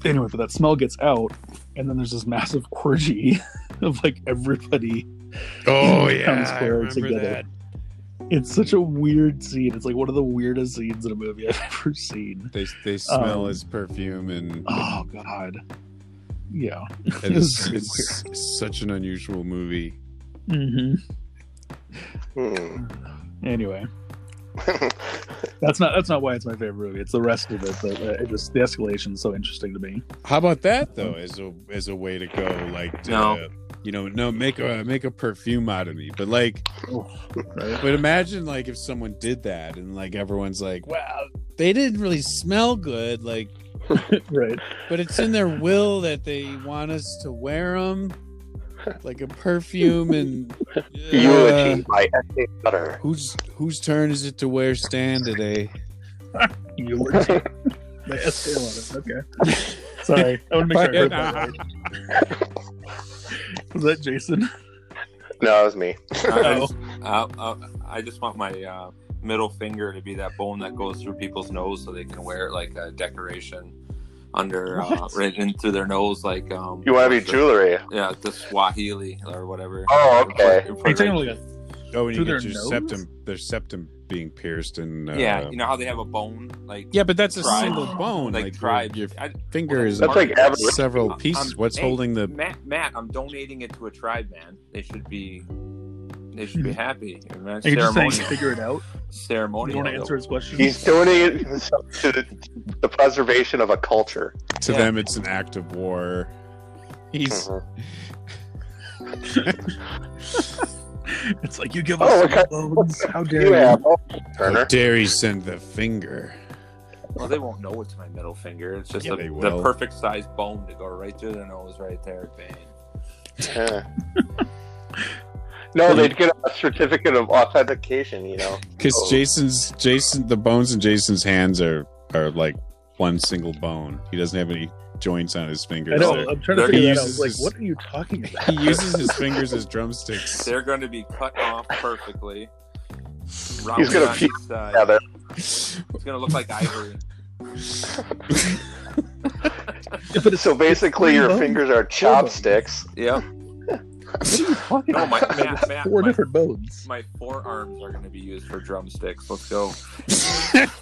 [SPEAKER 2] Anyway, but that smell gets out, and then there's this massive orgy of like everybody.
[SPEAKER 1] Oh
[SPEAKER 2] Town
[SPEAKER 1] yeah, I
[SPEAKER 2] Square
[SPEAKER 1] remember
[SPEAKER 2] together.
[SPEAKER 1] that.
[SPEAKER 2] It's such a weird scene. It's like one of the weirdest scenes in a movie I've ever seen.
[SPEAKER 1] They they smell
[SPEAKER 2] Um,
[SPEAKER 1] his perfume and
[SPEAKER 2] Oh god. Yeah.
[SPEAKER 1] And it's,
[SPEAKER 2] It's
[SPEAKER 1] it's such an unusual movie.
[SPEAKER 2] hmm
[SPEAKER 3] Hmm.
[SPEAKER 2] Anyway,
[SPEAKER 3] Mm-hmm.
[SPEAKER 2] that's not that's not why it's my favorite movie. It's the rest of it that uh, it just the escalation is so interesting to me.
[SPEAKER 1] How about that though? As a as a way to go, like to,
[SPEAKER 4] No.
[SPEAKER 1] you know, no make a make a perfume out of me. But like,
[SPEAKER 2] Right?
[SPEAKER 1] but imagine like if someone did that and like everyone's like, wow, they didn't really smell good. Like,
[SPEAKER 2] right.
[SPEAKER 1] but it's in their will that they want us to wear them, like a perfume. And uh,
[SPEAKER 3] Eulogy by S.A. Butter.
[SPEAKER 1] whose whose turn is it to wear Stan today?
[SPEAKER 2] You were they escalate on it. Okay. Sorry. I want to make sure I heard that right. Was that Jason?
[SPEAKER 3] No, it was me.
[SPEAKER 4] I, just, I, I, I just want my uh, middle finger to be that bone that goes through people's nose so they can wear it like a decoration under uh,
[SPEAKER 2] What?
[SPEAKER 4] right in through their nose like um
[SPEAKER 3] You want to be
[SPEAKER 4] the-
[SPEAKER 3] jewelry?
[SPEAKER 4] yeah the swahili or whatever
[SPEAKER 3] Oh, okay.
[SPEAKER 4] You put- you
[SPEAKER 2] Are you
[SPEAKER 4] put right-
[SPEAKER 2] taking a look at-
[SPEAKER 1] Oh, and
[SPEAKER 2] Through
[SPEAKER 1] you get
[SPEAKER 2] their
[SPEAKER 1] your
[SPEAKER 2] nose?
[SPEAKER 1] septum, their septum being pierced, and uh,
[SPEAKER 4] yeah you know how they have a bone like
[SPEAKER 1] Yeah, but that's a
[SPEAKER 4] Tribe.
[SPEAKER 1] single bone.
[SPEAKER 4] like,
[SPEAKER 1] Like,
[SPEAKER 4] tribe
[SPEAKER 1] your, your
[SPEAKER 4] I,
[SPEAKER 1] finger is
[SPEAKER 3] That's like
[SPEAKER 1] on
[SPEAKER 3] average.
[SPEAKER 1] several
[SPEAKER 4] Um,
[SPEAKER 1] pieces. What's
[SPEAKER 4] hey,
[SPEAKER 1] holding the?
[SPEAKER 4] Matt, Matt, I'm donating it to a tribe, man. They should be, they should
[SPEAKER 1] Mm-hmm.
[SPEAKER 4] be happy. Man,
[SPEAKER 2] Are you just saying
[SPEAKER 4] ceremonial,
[SPEAKER 2] figure it out? You
[SPEAKER 4] ceremonial.
[SPEAKER 2] want to answer his question?
[SPEAKER 3] He's donating it himself to the, the preservation of a culture.
[SPEAKER 1] To
[SPEAKER 4] yeah.
[SPEAKER 1] them, it's an act of war. He's
[SPEAKER 3] Mhm.
[SPEAKER 2] It's like you give
[SPEAKER 3] Oh,
[SPEAKER 2] us
[SPEAKER 3] what
[SPEAKER 2] some bones. How dare you?
[SPEAKER 3] Yeah, well,
[SPEAKER 1] how
[SPEAKER 3] Turner.
[SPEAKER 1] dare he send the finger?
[SPEAKER 4] Well, they won't know it's my middle finger. It's just
[SPEAKER 1] Yeah,
[SPEAKER 4] the-
[SPEAKER 1] they
[SPEAKER 4] the,
[SPEAKER 1] will.
[SPEAKER 4] perfect size bone to go right through the nose, right there. Bang.
[SPEAKER 3] Yeah. No, they'd get a certificate of authentication, you know.
[SPEAKER 1] Because
[SPEAKER 3] Oh.
[SPEAKER 1] Jason's Jason, the bones in Jason's hands are are like one single bone. He doesn't have any joints on his fingers.
[SPEAKER 2] I know.
[SPEAKER 1] They're-
[SPEAKER 2] I'm trying to
[SPEAKER 4] They're
[SPEAKER 2] figure that out.
[SPEAKER 1] uses
[SPEAKER 2] Like,
[SPEAKER 1] his-
[SPEAKER 2] what are you talking about?
[SPEAKER 1] He uses his fingers as drumsticks.
[SPEAKER 4] They're going to be cut off perfectly.
[SPEAKER 3] He's
[SPEAKER 4] rounded
[SPEAKER 3] gonna
[SPEAKER 4] on
[SPEAKER 3] fuse
[SPEAKER 4] each side.
[SPEAKER 3] together.
[SPEAKER 4] It's going to look like ivory.
[SPEAKER 2] But it's
[SPEAKER 3] So basically, your
[SPEAKER 2] Bones.
[SPEAKER 3] fingers are chopsticks.
[SPEAKER 4] Yep.
[SPEAKER 2] what are you
[SPEAKER 1] Oh,
[SPEAKER 2] talking
[SPEAKER 4] No, my,
[SPEAKER 2] about?
[SPEAKER 4] Matt, Matt,
[SPEAKER 2] Four
[SPEAKER 4] my,
[SPEAKER 2] different bones.
[SPEAKER 4] my forearms are going to be used for drumsticks. Let's go.
[SPEAKER 1] that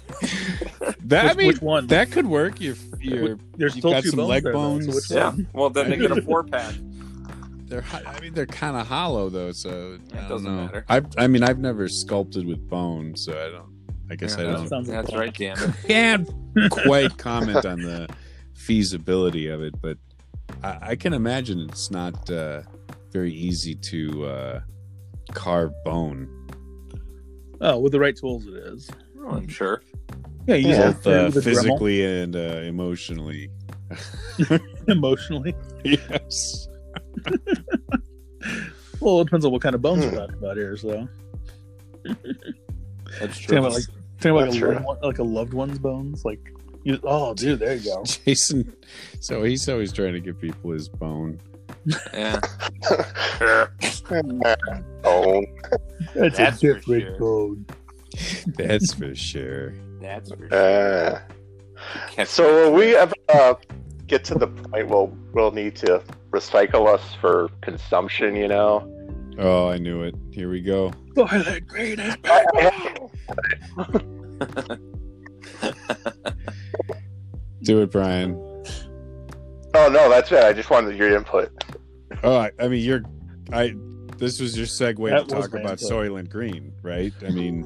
[SPEAKER 1] I
[SPEAKER 2] Which,
[SPEAKER 1] mean,
[SPEAKER 2] which one?
[SPEAKER 1] that could work. Your your
[SPEAKER 2] There's
[SPEAKER 1] you
[SPEAKER 2] still
[SPEAKER 1] got
[SPEAKER 2] two
[SPEAKER 1] some
[SPEAKER 2] bones
[SPEAKER 1] leg
[SPEAKER 2] there, though, so
[SPEAKER 1] bones.
[SPEAKER 2] which
[SPEAKER 4] Yeah.
[SPEAKER 2] one?
[SPEAKER 4] Well, then they get a four pack.
[SPEAKER 1] they're ho- I mean they're kind of hollow though, so
[SPEAKER 4] That
[SPEAKER 1] I don't
[SPEAKER 4] doesn't
[SPEAKER 1] know.
[SPEAKER 4] matter.
[SPEAKER 1] I I mean I've never sculpted with bone, so I don't. I guess
[SPEAKER 4] Yeah,
[SPEAKER 1] I don't.
[SPEAKER 2] Sounds like
[SPEAKER 4] That's
[SPEAKER 2] a-
[SPEAKER 4] right, damn it.
[SPEAKER 1] can't quite comment on the feasibility of it, but I, I can imagine it's not uh, very easy to uh, carve bone.
[SPEAKER 2] Oh, with the right tools, it is.
[SPEAKER 4] Well, I'm sure.
[SPEAKER 2] Yeah, you
[SPEAKER 3] Yeah.
[SPEAKER 1] Both
[SPEAKER 2] just have
[SPEAKER 1] uh,
[SPEAKER 2] to with a Dremel,
[SPEAKER 1] physically and uh, emotionally.
[SPEAKER 2] emotionally.
[SPEAKER 1] Yes.
[SPEAKER 2] Well, it depends on what kind of bones
[SPEAKER 3] Hmm.
[SPEAKER 2] we're talking about here. So,
[SPEAKER 4] That's
[SPEAKER 2] talking
[SPEAKER 4] true.
[SPEAKER 2] about like, talking about
[SPEAKER 3] That's
[SPEAKER 2] like a,
[SPEAKER 3] true.
[SPEAKER 2] loved one, like a loved one's bones. Like, you, oh, dude, there you go.
[SPEAKER 1] Jason, so he's always trying to give people his bone.
[SPEAKER 4] yeah.
[SPEAKER 3] oh,
[SPEAKER 4] That's
[SPEAKER 2] That's, a
[SPEAKER 4] for
[SPEAKER 2] different
[SPEAKER 4] sure.
[SPEAKER 2] bone.
[SPEAKER 1] That's for sure.
[SPEAKER 4] That's for sure.
[SPEAKER 3] uh,
[SPEAKER 4] Catch-
[SPEAKER 3] so will we ever uh, get to the point where we'll need to recycle us for consumption? You know,
[SPEAKER 1] Oh, I knew it. Here we go.
[SPEAKER 2] Boy, that great ass
[SPEAKER 1] Do it, Brian.
[SPEAKER 3] Oh no, that's it. I just wanted your input.
[SPEAKER 1] Oh, I, I mean, you're. I. This was your segue
[SPEAKER 2] That
[SPEAKER 1] to
[SPEAKER 2] was
[SPEAKER 1] talk
[SPEAKER 2] my
[SPEAKER 1] about
[SPEAKER 2] input.
[SPEAKER 1] Soylent Green, right? I mean,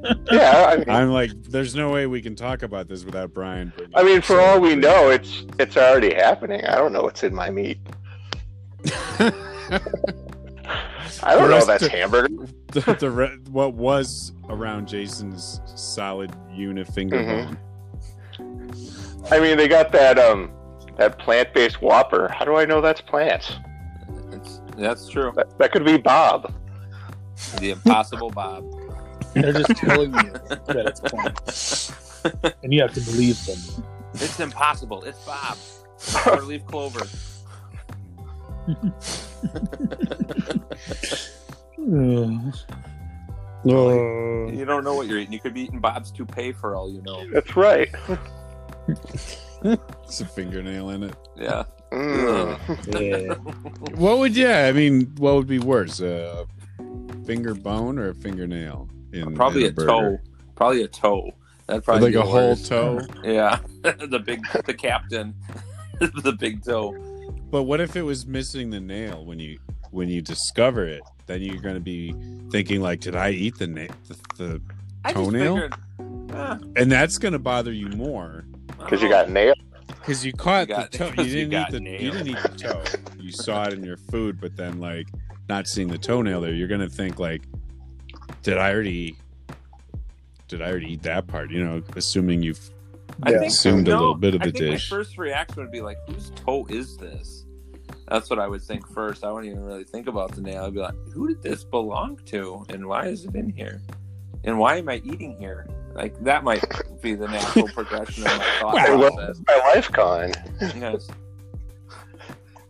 [SPEAKER 3] Yeah, I mean,
[SPEAKER 1] I'm like, there's no way we can talk about this without Brian. bringing
[SPEAKER 3] I mean,
[SPEAKER 1] up
[SPEAKER 3] for
[SPEAKER 1] Soylent
[SPEAKER 3] all we
[SPEAKER 1] Green.
[SPEAKER 3] know, it's it's already happening. I don't know what's in my meat.
[SPEAKER 1] For
[SPEAKER 3] I don't know
[SPEAKER 1] us
[SPEAKER 3] if that's
[SPEAKER 1] to-
[SPEAKER 3] hamburger.
[SPEAKER 1] the, the re- what was around Jason's solid unit finger
[SPEAKER 3] Mhm.
[SPEAKER 1] bone.
[SPEAKER 3] I mean, they got that um that plant based Whopper. How do I know that's plants?
[SPEAKER 4] That's- That's true.
[SPEAKER 3] That, that could be Bob.
[SPEAKER 4] The Impossible Bob.
[SPEAKER 2] They're just telling you that it's plants, and you have to believe them.
[SPEAKER 4] It's impossible. It's Bob. Four leaf clover. Uh, You don't know what you're eating. You could be eating Bob's toupee for all you know.
[SPEAKER 3] That's right.
[SPEAKER 1] It's a fingernail in it.
[SPEAKER 4] Yeah.
[SPEAKER 3] Mm.
[SPEAKER 2] yeah.
[SPEAKER 1] What would yeah? I mean, what would be worse, a finger bone or a fingernail? In,
[SPEAKER 4] Probably
[SPEAKER 1] in
[SPEAKER 4] a, toe.
[SPEAKER 1] burger?
[SPEAKER 4] Probably a toe. That'd probably
[SPEAKER 1] like
[SPEAKER 4] be
[SPEAKER 1] a whole
[SPEAKER 4] worse.
[SPEAKER 1] toe.
[SPEAKER 4] Yeah. the big, the captain. the big toe.
[SPEAKER 1] But what if it was missing the nail when you when you discover it? Then you're going to be thinking like, did I eat the nail? The, the
[SPEAKER 4] I
[SPEAKER 1] Toenail?
[SPEAKER 4] just figured. ah,
[SPEAKER 1] and that's going to bother you more
[SPEAKER 3] Because you got nailed.
[SPEAKER 1] Because you caught
[SPEAKER 4] You got-
[SPEAKER 1] the toe. You
[SPEAKER 4] 'cause you
[SPEAKER 1] didn't eat
[SPEAKER 4] got
[SPEAKER 1] the you
[SPEAKER 4] nailed.
[SPEAKER 1] didn't eat the toe. You saw it in your food, but then like not seeing the toenail there, you're gonna think like, did I already did I already eat that part? You know, assuming you've
[SPEAKER 4] I think,
[SPEAKER 1] consumed a
[SPEAKER 4] no,
[SPEAKER 1] little bit of
[SPEAKER 4] I
[SPEAKER 1] the
[SPEAKER 4] think
[SPEAKER 1] dish.
[SPEAKER 4] My first reaction would be like, whose toe is this? That's what I would think first. I wouldn't even really think about the nail. I'd be like, who did this belong to, and why is it in here, and why am I eating here? Like that might be the natural progression of my thought
[SPEAKER 3] Wow.
[SPEAKER 4] process.
[SPEAKER 3] My life gone.
[SPEAKER 4] Yes.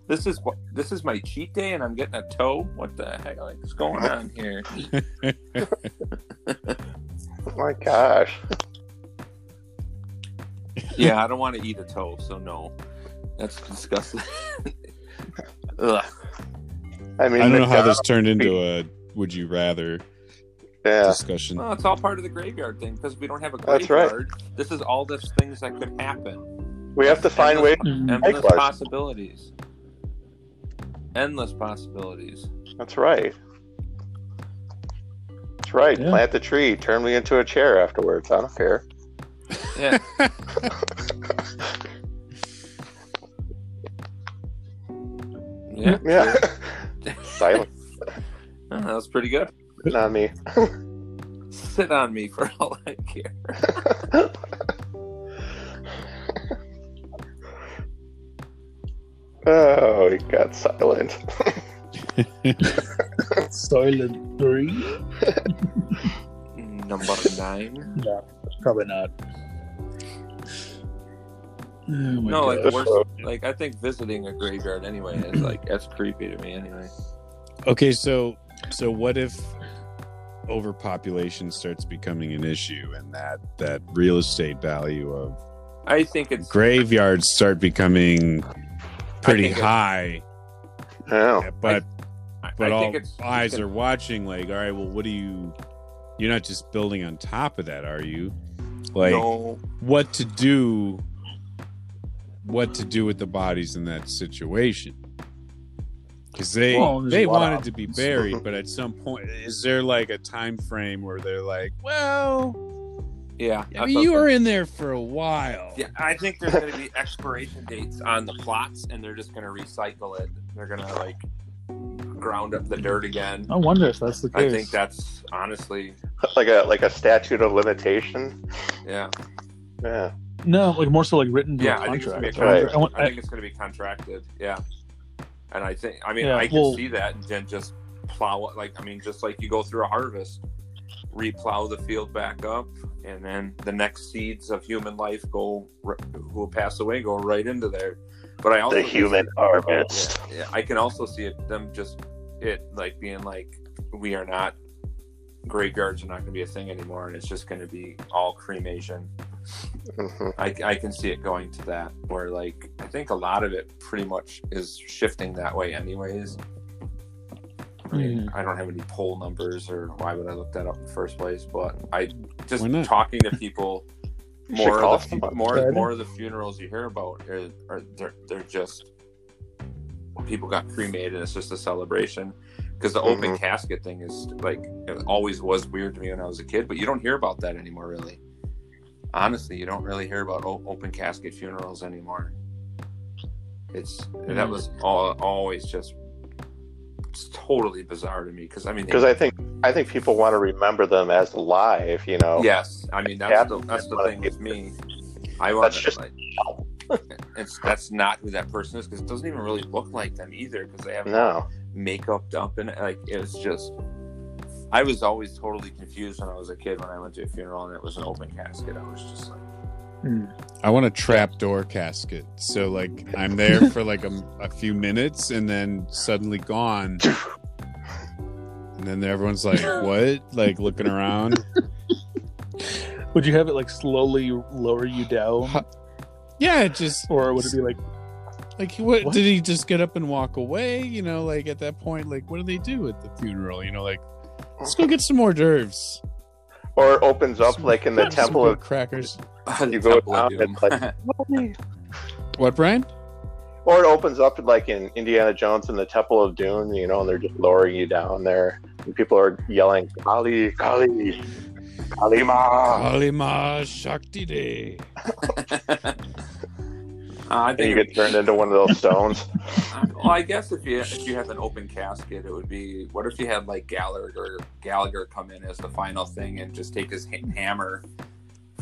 [SPEAKER 4] This is what this is my cheat day, and I'm getting a toe. What the heck? Like, what's going on here?
[SPEAKER 3] Oh my gosh.
[SPEAKER 4] Yeah, I don't want to eat a toe, so no. That's disgusting. Ugh.
[SPEAKER 3] I mean,
[SPEAKER 1] I don't know how
[SPEAKER 3] McDonald's-
[SPEAKER 1] this turned into a would you rather
[SPEAKER 3] Yeah.
[SPEAKER 1] discussion.
[SPEAKER 4] No, it's all part of the graveyard thing because we don't have a
[SPEAKER 3] That's right.
[SPEAKER 4] graveyard. This is all the things that could happen.
[SPEAKER 3] We have to find ways. Mm-hmm.
[SPEAKER 4] Endless
[SPEAKER 3] Likewise.
[SPEAKER 4] possibilities. Endless possibilities.
[SPEAKER 3] That's right. That's right.
[SPEAKER 2] Yeah.
[SPEAKER 3] Plant the tree. Turn me into a chair afterwards. I don't care.
[SPEAKER 4] Yeah. yeah.
[SPEAKER 3] Yeah. Silent.
[SPEAKER 4] No, that was pretty good.
[SPEAKER 3] Not me.
[SPEAKER 4] Sit on me for all I care.
[SPEAKER 3] oh, it got silent.
[SPEAKER 2] Silent three?
[SPEAKER 4] Number nine.
[SPEAKER 2] No, probably not. Oh my
[SPEAKER 4] no, like
[SPEAKER 2] gosh.
[SPEAKER 4] worse,
[SPEAKER 3] Oh,
[SPEAKER 4] like I think visiting a graveyard anyway is like that's creepy to me anyway.
[SPEAKER 1] Okay, so so what if overpopulation starts becoming an issue and that that real estate value of
[SPEAKER 4] I think it's
[SPEAKER 1] graveyards start becoming pretty
[SPEAKER 4] think it-
[SPEAKER 1] high
[SPEAKER 3] Yeah.
[SPEAKER 1] but
[SPEAKER 4] I-
[SPEAKER 1] but
[SPEAKER 4] I
[SPEAKER 1] all
[SPEAKER 4] think it's,
[SPEAKER 1] eyes
[SPEAKER 4] it's
[SPEAKER 1] are watching like all right well what do you you're not just building on top of that are you like
[SPEAKER 4] no,
[SPEAKER 1] what to do what to do with the bodies in that situation because they
[SPEAKER 2] Well, there's
[SPEAKER 1] they
[SPEAKER 2] a lot of
[SPEAKER 1] wanted to be buried but at some point is there like a time frame where they're like well
[SPEAKER 4] yeah.
[SPEAKER 1] I
[SPEAKER 4] that's
[SPEAKER 1] mean,
[SPEAKER 4] what
[SPEAKER 1] you
[SPEAKER 4] I'm
[SPEAKER 1] were in there for a while
[SPEAKER 4] Yeah, I think there's going to be expiration dates on the plots, and they're just going to recycle it. They're going to like ground up the dirt again.
[SPEAKER 2] I wonder if that's the
[SPEAKER 4] I
[SPEAKER 2] case.
[SPEAKER 4] think that's honestly,
[SPEAKER 3] Like a like a statute of limitation.
[SPEAKER 4] yeah,
[SPEAKER 3] Yeah.
[SPEAKER 2] no, like more so like written to
[SPEAKER 4] yeah.
[SPEAKER 2] a
[SPEAKER 4] I think it's going to
[SPEAKER 2] contract.
[SPEAKER 4] be
[SPEAKER 3] Right.
[SPEAKER 4] contracted.
[SPEAKER 2] I want-
[SPEAKER 4] I think it's going to be contracted. Yeah, and I think I mean
[SPEAKER 2] Yeah,
[SPEAKER 4] I can
[SPEAKER 2] well-
[SPEAKER 4] see that and then just plow it. Like I mean, just like you go through a harvest, replow the field back up, and then the next seeds of human life go r- who pass away go right into there. But I also
[SPEAKER 3] The
[SPEAKER 4] think-
[SPEAKER 3] human harvest.
[SPEAKER 4] oh, Yeah, yeah. I can also see it them just it like being like we are not graveyards are not going to be a thing anymore, and it's just going to be all cremation.
[SPEAKER 3] Mhm.
[SPEAKER 4] I, I can see it going to that where like I think a lot of it pretty much is shifting that way anyways. I, mean,
[SPEAKER 1] Mm.
[SPEAKER 4] I don't have any poll numbers or why would I look that up in the first place, but I just
[SPEAKER 1] Why not?
[SPEAKER 4] talking to people
[SPEAKER 3] You should
[SPEAKER 4] more
[SPEAKER 3] call
[SPEAKER 4] of the,
[SPEAKER 3] someone.
[SPEAKER 4] more more of the funerals you hear about are, are they're, they're just people got cremated and it's just a celebration because the open
[SPEAKER 3] Mhm.
[SPEAKER 4] casket thing is like it always was weird to me when I was a kid, but you don't hear about that anymore really. Honestly, you don't really hear about o- open casket funerals anymore. It's that was all, always just it's totally bizarre to me because I mean they-
[SPEAKER 3] Because I think I think people want to remember them as alive, you know.
[SPEAKER 4] Yes, I mean that's
[SPEAKER 3] Yeah.
[SPEAKER 4] the that's the
[SPEAKER 3] Like,
[SPEAKER 4] thing with me. I want
[SPEAKER 3] That's
[SPEAKER 4] to,
[SPEAKER 3] just-
[SPEAKER 4] like, it's that's not who that person is because it doesn't even really look like them either because they have
[SPEAKER 3] No.
[SPEAKER 4] makeup up and like it was just. I was always totally confused when I was a kid when I went to a funeral and it was an open casket. I was just like,
[SPEAKER 1] i want a trapdoor casket so like i'm there for like a, a few minutes and then suddenly gone and then everyone's like what like looking around
[SPEAKER 2] Would you have it like slowly lower you down,
[SPEAKER 1] yeah it just
[SPEAKER 2] or would it be like
[SPEAKER 1] Like, he- what,
[SPEAKER 2] What?
[SPEAKER 1] did he just get up and walk away? You know, like at that point, like what do they do at the funeral? You know, like let's go get some hors d'oeuvres.
[SPEAKER 3] Or it opens up like in the
[SPEAKER 1] Some
[SPEAKER 3] temple
[SPEAKER 1] good
[SPEAKER 3] of
[SPEAKER 1] crackers.
[SPEAKER 4] the
[SPEAKER 3] You go
[SPEAKER 4] Temple of
[SPEAKER 3] down
[SPEAKER 4] Doom.
[SPEAKER 3] and, like-
[SPEAKER 1] What, Brian?
[SPEAKER 3] Or it opens up like in Indiana Jones and the Temple of Doom, you know, and they're just lowering you down there. And people are yelling, Kali, Kali, Kalima.
[SPEAKER 1] Kalima Shakti Day.
[SPEAKER 4] I
[SPEAKER 3] And
[SPEAKER 4] think
[SPEAKER 3] you
[SPEAKER 4] it
[SPEAKER 3] get turned into one of those stones.
[SPEAKER 4] Uh, well, I guess if you if you have an open casket, it would be. What if you had like Gallagher Gallagher come in as the final thing and just take his ha- hammer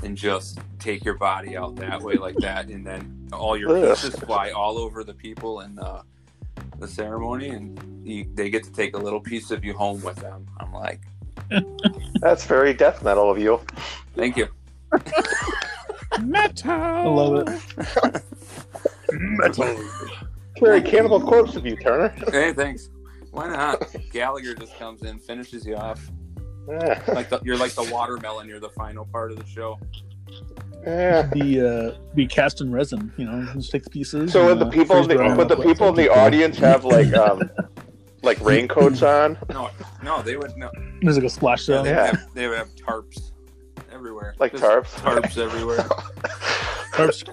[SPEAKER 4] and just take your body out that way like that, and then all your
[SPEAKER 3] Ugh.
[SPEAKER 4] pieces fly all over the people in the the ceremony, and you, they get to take a little piece of you home with them. I'm like,
[SPEAKER 3] That's very death metal of you.
[SPEAKER 4] thank you.
[SPEAKER 1] Metal. I
[SPEAKER 2] love it.
[SPEAKER 3] Very cannibal corpse of you, Turner.
[SPEAKER 4] Hey, thanks. Why not? Gallagher just comes in, finishes you off.
[SPEAKER 3] Yeah.
[SPEAKER 4] Like the, you're like the watermelon. You're the final part of the show.
[SPEAKER 3] Yeah.
[SPEAKER 2] the uh, be cast in resin? You know, just take pieces.
[SPEAKER 3] So
[SPEAKER 2] and,
[SPEAKER 3] would the
[SPEAKER 2] uh,
[SPEAKER 3] people, in the,
[SPEAKER 2] freeze-dry
[SPEAKER 3] would the
[SPEAKER 2] them.
[SPEAKER 3] people in the audience have like um, like raincoats on,
[SPEAKER 4] No, no, they would no.
[SPEAKER 2] There's like a splash
[SPEAKER 4] Yeah,
[SPEAKER 2] zone.
[SPEAKER 4] they, would
[SPEAKER 3] Yeah.
[SPEAKER 4] have, they would have tarps everywhere.
[SPEAKER 3] like
[SPEAKER 4] Just
[SPEAKER 3] tarps?
[SPEAKER 4] Tarps everywhere.
[SPEAKER 2] Tarps,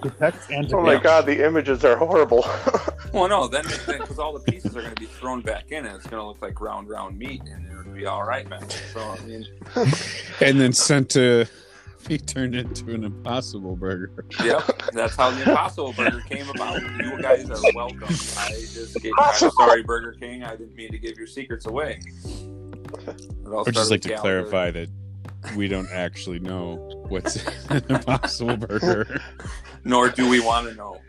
[SPEAKER 2] protect, and
[SPEAKER 3] Oh my
[SPEAKER 2] protect.
[SPEAKER 3] god, the images are horrible.
[SPEAKER 4] well, no, then because all the pieces are going to be thrown back in, and it's going to look like round, round meat, and it would be all right, man. So I mean,
[SPEAKER 1] And then sent to be turned into an impossible burger.
[SPEAKER 4] yep, that's how the Impossible Burger came about. You guys are welcome. I just gave, I'm sorry, Burger King. I didn't mean to give your secrets away. I
[SPEAKER 1] I would just like to clarify that we don't actually know what's an impossible burger.
[SPEAKER 4] Nor do we want to know.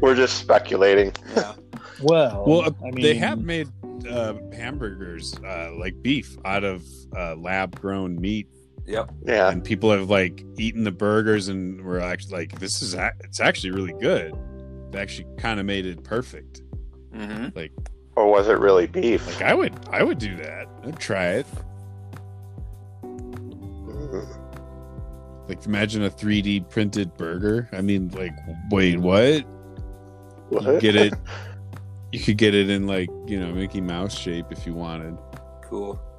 [SPEAKER 3] We're just speculating.
[SPEAKER 4] Yeah.
[SPEAKER 2] Well,
[SPEAKER 1] Well, uh,
[SPEAKER 2] I mean,
[SPEAKER 1] they have made uh, hamburgers uh, like beef out of uh, lab grown meat,
[SPEAKER 4] Yep.
[SPEAKER 3] Yeah.
[SPEAKER 1] and people have like eaten the burgers and were actually like, "This is ac- it's actually really good." They actually kind of made it perfect.
[SPEAKER 4] Mm-hmm.
[SPEAKER 3] Or was it really beef?
[SPEAKER 1] Like I would, I would do that. I'd try it.
[SPEAKER 3] Mm.
[SPEAKER 1] Like imagine a 3D printed burger. I mean, like, wait, what? You
[SPEAKER 3] What?
[SPEAKER 1] get it? You could get it in like you know Mickey Mouse shape if you wanted.
[SPEAKER 4] Cool.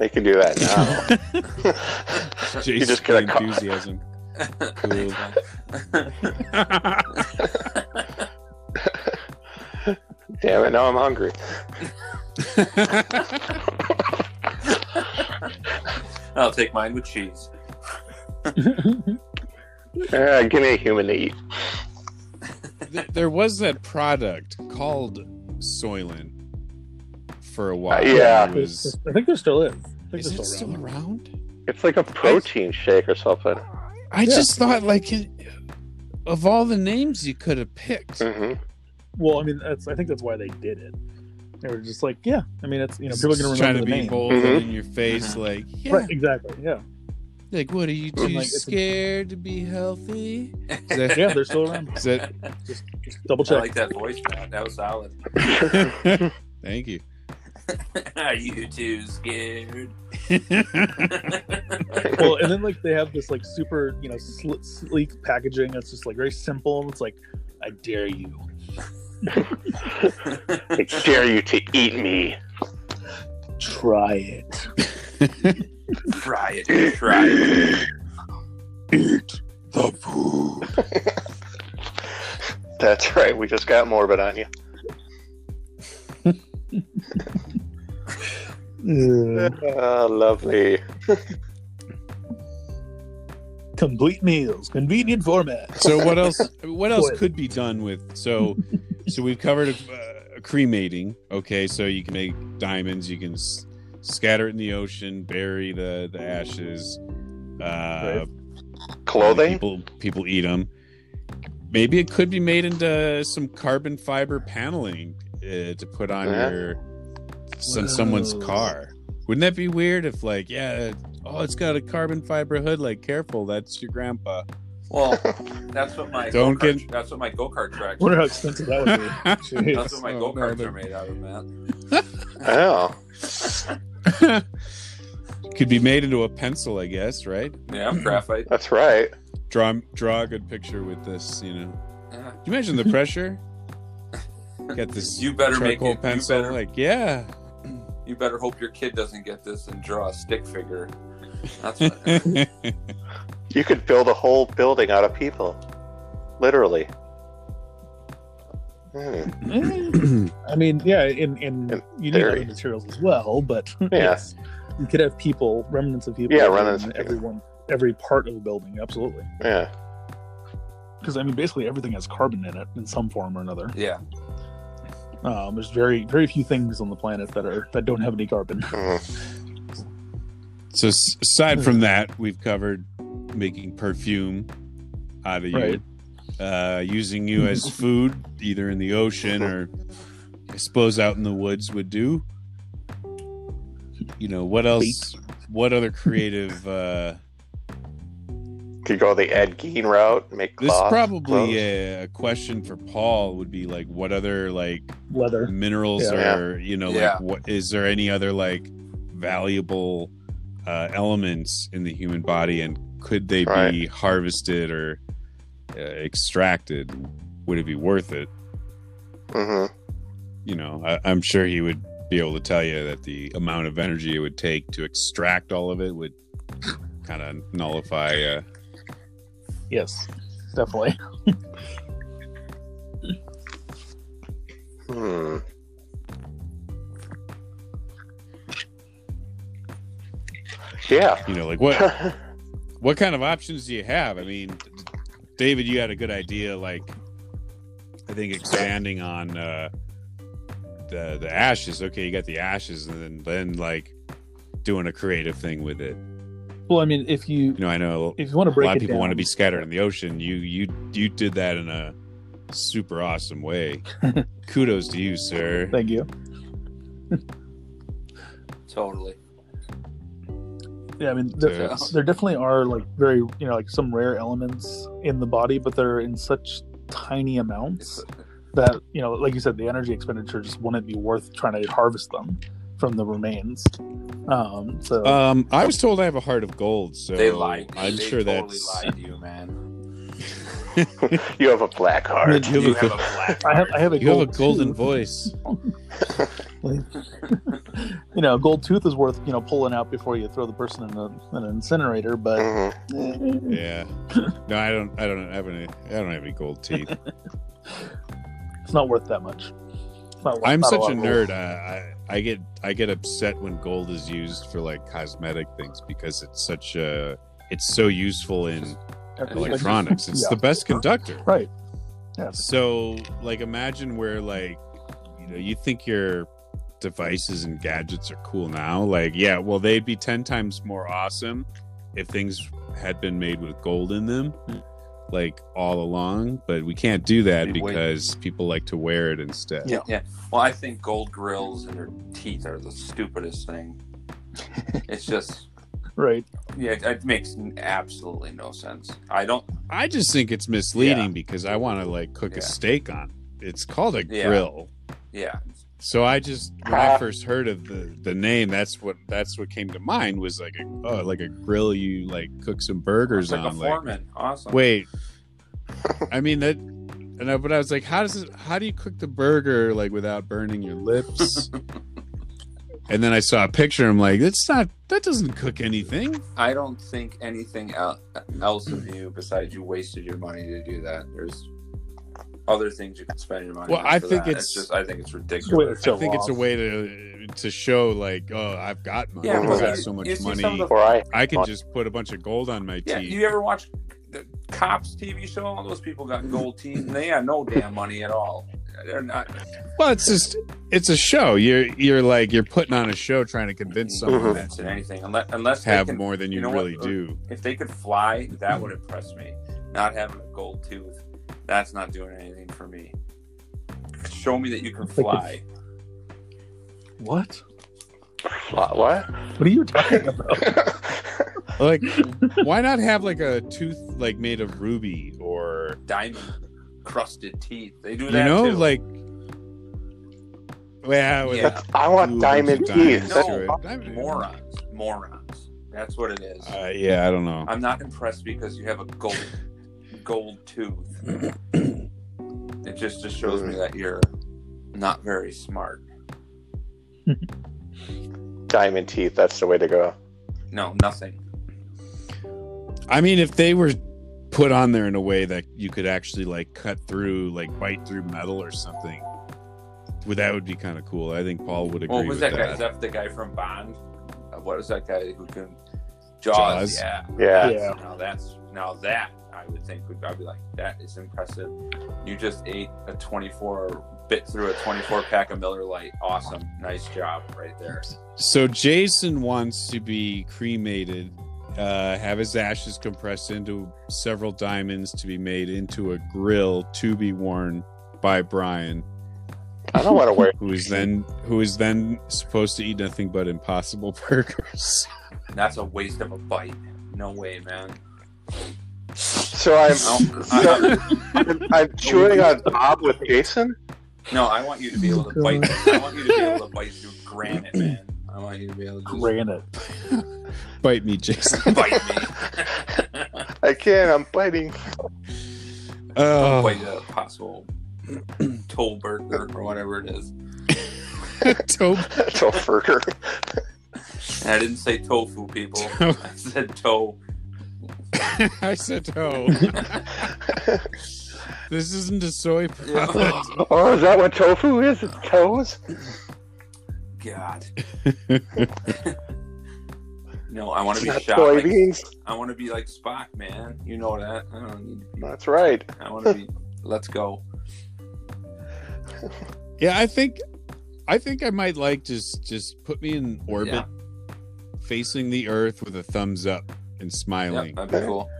[SPEAKER 3] They can do that now.
[SPEAKER 1] Jason
[SPEAKER 3] just gotta call-
[SPEAKER 1] enthusiasm. Cool.
[SPEAKER 3] Damn it! Now I'm hungry.
[SPEAKER 4] I'll take mine with cheese.
[SPEAKER 3] Uh, give me a human to eat.
[SPEAKER 1] Th- there was that product called Soylent for a while.
[SPEAKER 3] Uh, yeah.
[SPEAKER 1] It was,
[SPEAKER 2] I think there still is. I think
[SPEAKER 1] is
[SPEAKER 2] they're
[SPEAKER 1] it still
[SPEAKER 2] around.
[SPEAKER 1] around?
[SPEAKER 3] It's like a protein shake or something.
[SPEAKER 1] I
[SPEAKER 2] Yeah.
[SPEAKER 1] just thought, like, it, of all the names you could have picked,
[SPEAKER 3] hmm
[SPEAKER 2] Well, I mean, that's I think that's why they did it. They were just like, yeah. I mean, it's you know, people are gonna
[SPEAKER 1] Just trying
[SPEAKER 2] remember
[SPEAKER 1] to
[SPEAKER 2] the
[SPEAKER 1] be
[SPEAKER 2] name. Uh-huh.
[SPEAKER 1] bold
[SPEAKER 3] Mhm.
[SPEAKER 1] in your face,
[SPEAKER 4] Mhm.
[SPEAKER 1] like, yeah,
[SPEAKER 2] Right, exactly. Yeah,
[SPEAKER 1] like, what are you
[SPEAKER 2] Mhm.
[SPEAKER 1] too
[SPEAKER 2] Like, it's a-
[SPEAKER 1] scared to be healthy? Is that,
[SPEAKER 2] yeah, they're still around.
[SPEAKER 1] is that-
[SPEAKER 2] Just, just double
[SPEAKER 4] I
[SPEAKER 2] check.
[SPEAKER 4] like that voice, Matt. That was solid.
[SPEAKER 1] thank you.
[SPEAKER 4] Are you too scared?
[SPEAKER 2] well, and then like they have this like super you know sl- sleek packaging that's just like very simple. It's like, I dare you.
[SPEAKER 3] I dare you to eat me.
[SPEAKER 2] Try it.
[SPEAKER 4] try it. Try it.
[SPEAKER 2] The food.
[SPEAKER 3] That's right. We just got morbid on you. Ah, lovely.
[SPEAKER 2] Complete meals, convenient format.
[SPEAKER 1] So what else? What else
[SPEAKER 2] Spoiler.
[SPEAKER 1] could be done with? So, so we've covered uh, cremating. Okay, so you can make diamonds. You can s- scatter it in the ocean, bury the the ashes. Uh,
[SPEAKER 3] Clothing?
[SPEAKER 1] People people eat them. Maybe it could be made into some carbon fiber paneling uh, to put on
[SPEAKER 3] Yeah.
[SPEAKER 1] your some someone's
[SPEAKER 2] Whoa.
[SPEAKER 1] car. Wouldn't that be weird if like yeah, oh it's got a carbon fiber hood. Like careful, that's your grandpa.
[SPEAKER 4] Well, that's what my
[SPEAKER 1] Don't
[SPEAKER 4] go-kart-
[SPEAKER 1] get-
[SPEAKER 4] That's what my go kart track.
[SPEAKER 2] wonder how expensive that would be. Jeez.
[SPEAKER 4] That's what my
[SPEAKER 1] Oh,
[SPEAKER 4] go
[SPEAKER 1] no,
[SPEAKER 4] karts
[SPEAKER 1] but-
[SPEAKER 4] are made out of, Matt.
[SPEAKER 3] Oh.
[SPEAKER 1] Could be made into a pencil, I guess, right?
[SPEAKER 4] Yeah, graphite.
[SPEAKER 3] That's right.
[SPEAKER 1] Draw draw a good picture with this, you know.
[SPEAKER 4] Yeah.
[SPEAKER 1] Can you imagine the pressure? Get this
[SPEAKER 4] You better make
[SPEAKER 1] charcoal
[SPEAKER 4] it.
[SPEAKER 1] pencil,
[SPEAKER 4] You better,
[SPEAKER 1] like yeah.
[SPEAKER 4] you better hope your kid doesn't get this and draw a stick figure. That's what,
[SPEAKER 3] You could build a whole building out of people. Literally. Hmm.
[SPEAKER 2] Eh, I mean, yeah, in in
[SPEAKER 3] In
[SPEAKER 2] you need
[SPEAKER 3] theory.
[SPEAKER 2] other materials as well, but
[SPEAKER 3] Yes.
[SPEAKER 2] you could have people, remnants of people,
[SPEAKER 3] Yeah,
[SPEAKER 2] in
[SPEAKER 3] remnants of people.
[SPEAKER 2] everyone, every part of the building, absolutely.
[SPEAKER 3] Yeah.
[SPEAKER 2] Because I mean, basically everything has carbon in it in some form or another.
[SPEAKER 4] yeah.
[SPEAKER 2] Um, there's very very few things on the planet that are that don't have any carbon.
[SPEAKER 3] Mhm.
[SPEAKER 1] so s- aside from that, we've covered making perfume out of you,
[SPEAKER 2] Right.
[SPEAKER 1] uh, using you as food, either in the ocean or I suppose out in the woods would do. You know what else? What other creative? uh
[SPEAKER 3] Could go the Ed Gein route, make
[SPEAKER 1] This
[SPEAKER 3] cloth,
[SPEAKER 1] probably
[SPEAKER 3] clothes.
[SPEAKER 1] a, a question for Paul would be like, what other like
[SPEAKER 2] Leather.
[SPEAKER 1] minerals
[SPEAKER 3] Yeah.
[SPEAKER 1] or you know
[SPEAKER 4] Yeah.
[SPEAKER 1] like what is there any other like valuable uh, elements in the human body and could they be
[SPEAKER 3] Right.
[SPEAKER 1] harvested or uh, extracted? Would it be worth it?
[SPEAKER 3] Mhm.
[SPEAKER 1] You know, I, I'm sure he would be able to tell you that the amount of energy it would take to extract all of it would kind of nullify. Uh,
[SPEAKER 2] Yes, definitely.
[SPEAKER 3] Hmm. Yeah.
[SPEAKER 1] you know, like what what kind of options do you have? I mean, David, you had a good idea. Like, I think expanding on uh, the the ashes. Okay, you got the ashes, and then then like doing a creative thing with it.
[SPEAKER 2] Well, I mean, if you
[SPEAKER 1] You know, I know
[SPEAKER 2] if you want to
[SPEAKER 1] a
[SPEAKER 2] break
[SPEAKER 1] lot
[SPEAKER 2] it
[SPEAKER 1] of people
[SPEAKER 2] down,
[SPEAKER 1] want to be scattered in the ocean. You you you did that in a super awesome way. Kudos to you, sir.
[SPEAKER 2] Thank you.
[SPEAKER 4] Totally.
[SPEAKER 2] Yeah, I mean, there,
[SPEAKER 1] Yes.
[SPEAKER 2] there definitely are like very, you know, like some rare elements in the body, but they're in such tiny amounts that, you know, like you said, the energy expenditure just wouldn't be worth trying to harvest them from the remains. Um, so
[SPEAKER 1] Um, I was told I have a heart of gold, so
[SPEAKER 4] They lied.
[SPEAKER 1] I'm
[SPEAKER 4] They
[SPEAKER 1] sure
[SPEAKER 4] totally
[SPEAKER 1] that's
[SPEAKER 4] lied to you, man.
[SPEAKER 3] You have a black heart.
[SPEAKER 1] You have
[SPEAKER 4] You
[SPEAKER 1] a-
[SPEAKER 4] have a black
[SPEAKER 2] I have, I have a
[SPEAKER 1] you have a
[SPEAKER 2] gold
[SPEAKER 1] golden
[SPEAKER 2] tooth.
[SPEAKER 1] voice.
[SPEAKER 2] You know, a gold tooth is worth, you know, pulling out before you throw the person in, a, in an incinerator, but
[SPEAKER 3] Mhm.
[SPEAKER 1] Yeah. No, I don't. I don't have any. I don't have any gold teeth.
[SPEAKER 2] it's not worth that much. It's not worth-
[SPEAKER 1] I'm
[SPEAKER 2] not
[SPEAKER 1] such
[SPEAKER 2] lot
[SPEAKER 1] a
[SPEAKER 2] of gold.
[SPEAKER 1] nerd. I, I I get I get upset when gold is used for like cosmetic things because it's such a it's so useful in electronics. It's the best conductor.
[SPEAKER 2] Right. Yeah.
[SPEAKER 1] So like imagine where like you know you think your devices and gadgets are cool now. Like yeah, well they'd be ten times more awesome if things had been made with gold in them
[SPEAKER 4] Hmm.
[SPEAKER 1] like all along but we can't do that
[SPEAKER 4] Be way-
[SPEAKER 1] because people like to wear it instead
[SPEAKER 4] Yeah, yeah. Well, I think gold grills and their teeth are the stupidest thing. it's just,
[SPEAKER 2] Right.
[SPEAKER 4] yeah, it, it makes absolutely no sense. I don't.
[SPEAKER 1] I just think it's misleading because I want to like cook
[SPEAKER 4] Yeah.
[SPEAKER 1] a steak on. it. It's called a
[SPEAKER 4] Yeah.
[SPEAKER 1] grill.
[SPEAKER 4] Yeah,
[SPEAKER 1] So I just when I
[SPEAKER 4] Uh,
[SPEAKER 3] Ah.
[SPEAKER 1] first heard of the the name, that's what that's what came to mind was like a oh, like a grill you like cook some burgers
[SPEAKER 4] it's like a
[SPEAKER 1] on. Like
[SPEAKER 4] foreman. awesome.
[SPEAKER 1] wait, I mean that. And I, but I was like, how does it, how do you cook the burger like without burning your lips? and then I saw a picture. I'm like, that's not that doesn't cook anything.
[SPEAKER 4] I don't think anything el- else of you besides you wasted your money to do that. There's other things you can spend your money.
[SPEAKER 1] Well,
[SPEAKER 4] on
[SPEAKER 1] I
[SPEAKER 4] for
[SPEAKER 1] think
[SPEAKER 4] that.
[SPEAKER 1] it's-
[SPEAKER 4] just I think it's
[SPEAKER 2] Wait,
[SPEAKER 4] ridiculous.
[SPEAKER 2] so
[SPEAKER 1] I think it's a
[SPEAKER 2] off.
[SPEAKER 1] way to to show like, oh, I've got money.
[SPEAKER 4] Yeah,
[SPEAKER 1] I've
[SPEAKER 3] but
[SPEAKER 1] got
[SPEAKER 4] you-
[SPEAKER 1] so much
[SPEAKER 4] you see
[SPEAKER 1] money.
[SPEAKER 4] some of the
[SPEAKER 3] Or I.
[SPEAKER 1] I can just put a bunch of gold on my
[SPEAKER 4] Yeah,
[SPEAKER 1] teeth.
[SPEAKER 4] you ever watch the cops TV show? All those people got gold teeth, and they had no damn money at all. They're not.
[SPEAKER 1] Well, it's just it's a show. You're you're like you're putting on a show trying to convince someone that
[SPEAKER 4] convinced in anything unless unless
[SPEAKER 1] have
[SPEAKER 4] they can,
[SPEAKER 1] more than you,
[SPEAKER 4] you know what?
[SPEAKER 1] really do.
[SPEAKER 4] if they could fly, that would impress me. Not having a gold tooth, that's not doing anything for me. Show me that you can fly.
[SPEAKER 2] What?
[SPEAKER 3] What? what?
[SPEAKER 2] What are you talking about?
[SPEAKER 1] Like why not have like a tooth like made of ruby or
[SPEAKER 4] Diamond crusted teeth. They do
[SPEAKER 1] you
[SPEAKER 4] that
[SPEAKER 1] know
[SPEAKER 4] too.
[SPEAKER 1] like well,
[SPEAKER 4] Yeah.
[SPEAKER 3] I want
[SPEAKER 1] Ooh,
[SPEAKER 3] diamond
[SPEAKER 1] diamonds.
[SPEAKER 3] teeth.
[SPEAKER 1] that's
[SPEAKER 4] no,
[SPEAKER 1] right.
[SPEAKER 4] fucking
[SPEAKER 1] Diamond.
[SPEAKER 4] morons, morons. That's what it is.
[SPEAKER 1] uh, yeah, I don't know.
[SPEAKER 4] I'm not impressed because you have a gold gold tooth. It just just shows me that you're not very smart.
[SPEAKER 3] Diamond teeth. That's the way to go.
[SPEAKER 4] No, nothing.
[SPEAKER 1] I mean, if they were put on there in a way that you could actually like cut through, like bite through metal or something, well, that would be kind of cool. I think Paul would agree
[SPEAKER 4] What was
[SPEAKER 1] with
[SPEAKER 4] that guy? Is that the guy from Bond? Uh, What is that guy who can Jaws?
[SPEAKER 1] Jaws?
[SPEAKER 4] Yeah.
[SPEAKER 3] Yeah.
[SPEAKER 2] Yeah.
[SPEAKER 4] Now that's now that I would think would I'd be like that is impressive. You just ate a 24 bit through a 24 pack of Miller Lite. Awesome, nice job right there.
[SPEAKER 1] So Jason wants to be cremated, uh, have his ashes compressed into several diamonds to be made into a grill to be worn by Brian,
[SPEAKER 3] I don't want to wear.
[SPEAKER 1] who is then who is then supposed to eat nothing but impossible burgers.
[SPEAKER 4] And that's a waste of a bite. No way, man.
[SPEAKER 3] So I'm.
[SPEAKER 4] No, I,
[SPEAKER 3] so I'm, I'm chewing on Bob with Jason.
[SPEAKER 4] no, I want you to be able to bite. I want you to be able to bite through granite, man. I want you to be able to just
[SPEAKER 2] Granite.
[SPEAKER 1] Bite me, Jason.
[SPEAKER 4] bite me.
[SPEAKER 3] I can't. I'm biting.
[SPEAKER 1] Oh,
[SPEAKER 4] bite a possible toll burger or whatever it is.
[SPEAKER 1] Oh. Toby.
[SPEAKER 3] Till further.
[SPEAKER 4] And I didn't say tofu, people. I said toe.
[SPEAKER 1] I said, "Oh, this isn't a soy product."
[SPEAKER 3] Oh, is that what tofu is? It's toes.
[SPEAKER 4] God. no, I want
[SPEAKER 3] It's
[SPEAKER 4] to be
[SPEAKER 3] not
[SPEAKER 4] shot. like-
[SPEAKER 3] soybeans.
[SPEAKER 4] I want to be like Spock, man. You know that. I don't need to be.
[SPEAKER 3] That's right.
[SPEAKER 4] I want to be. Let's go.
[SPEAKER 1] Yeah, I think, I think I might like just just put me in orbit,
[SPEAKER 4] Yeah.
[SPEAKER 1] facing the Earth with a thumbs up and
[SPEAKER 4] Yep,
[SPEAKER 1] smiling.
[SPEAKER 4] that'd be cool.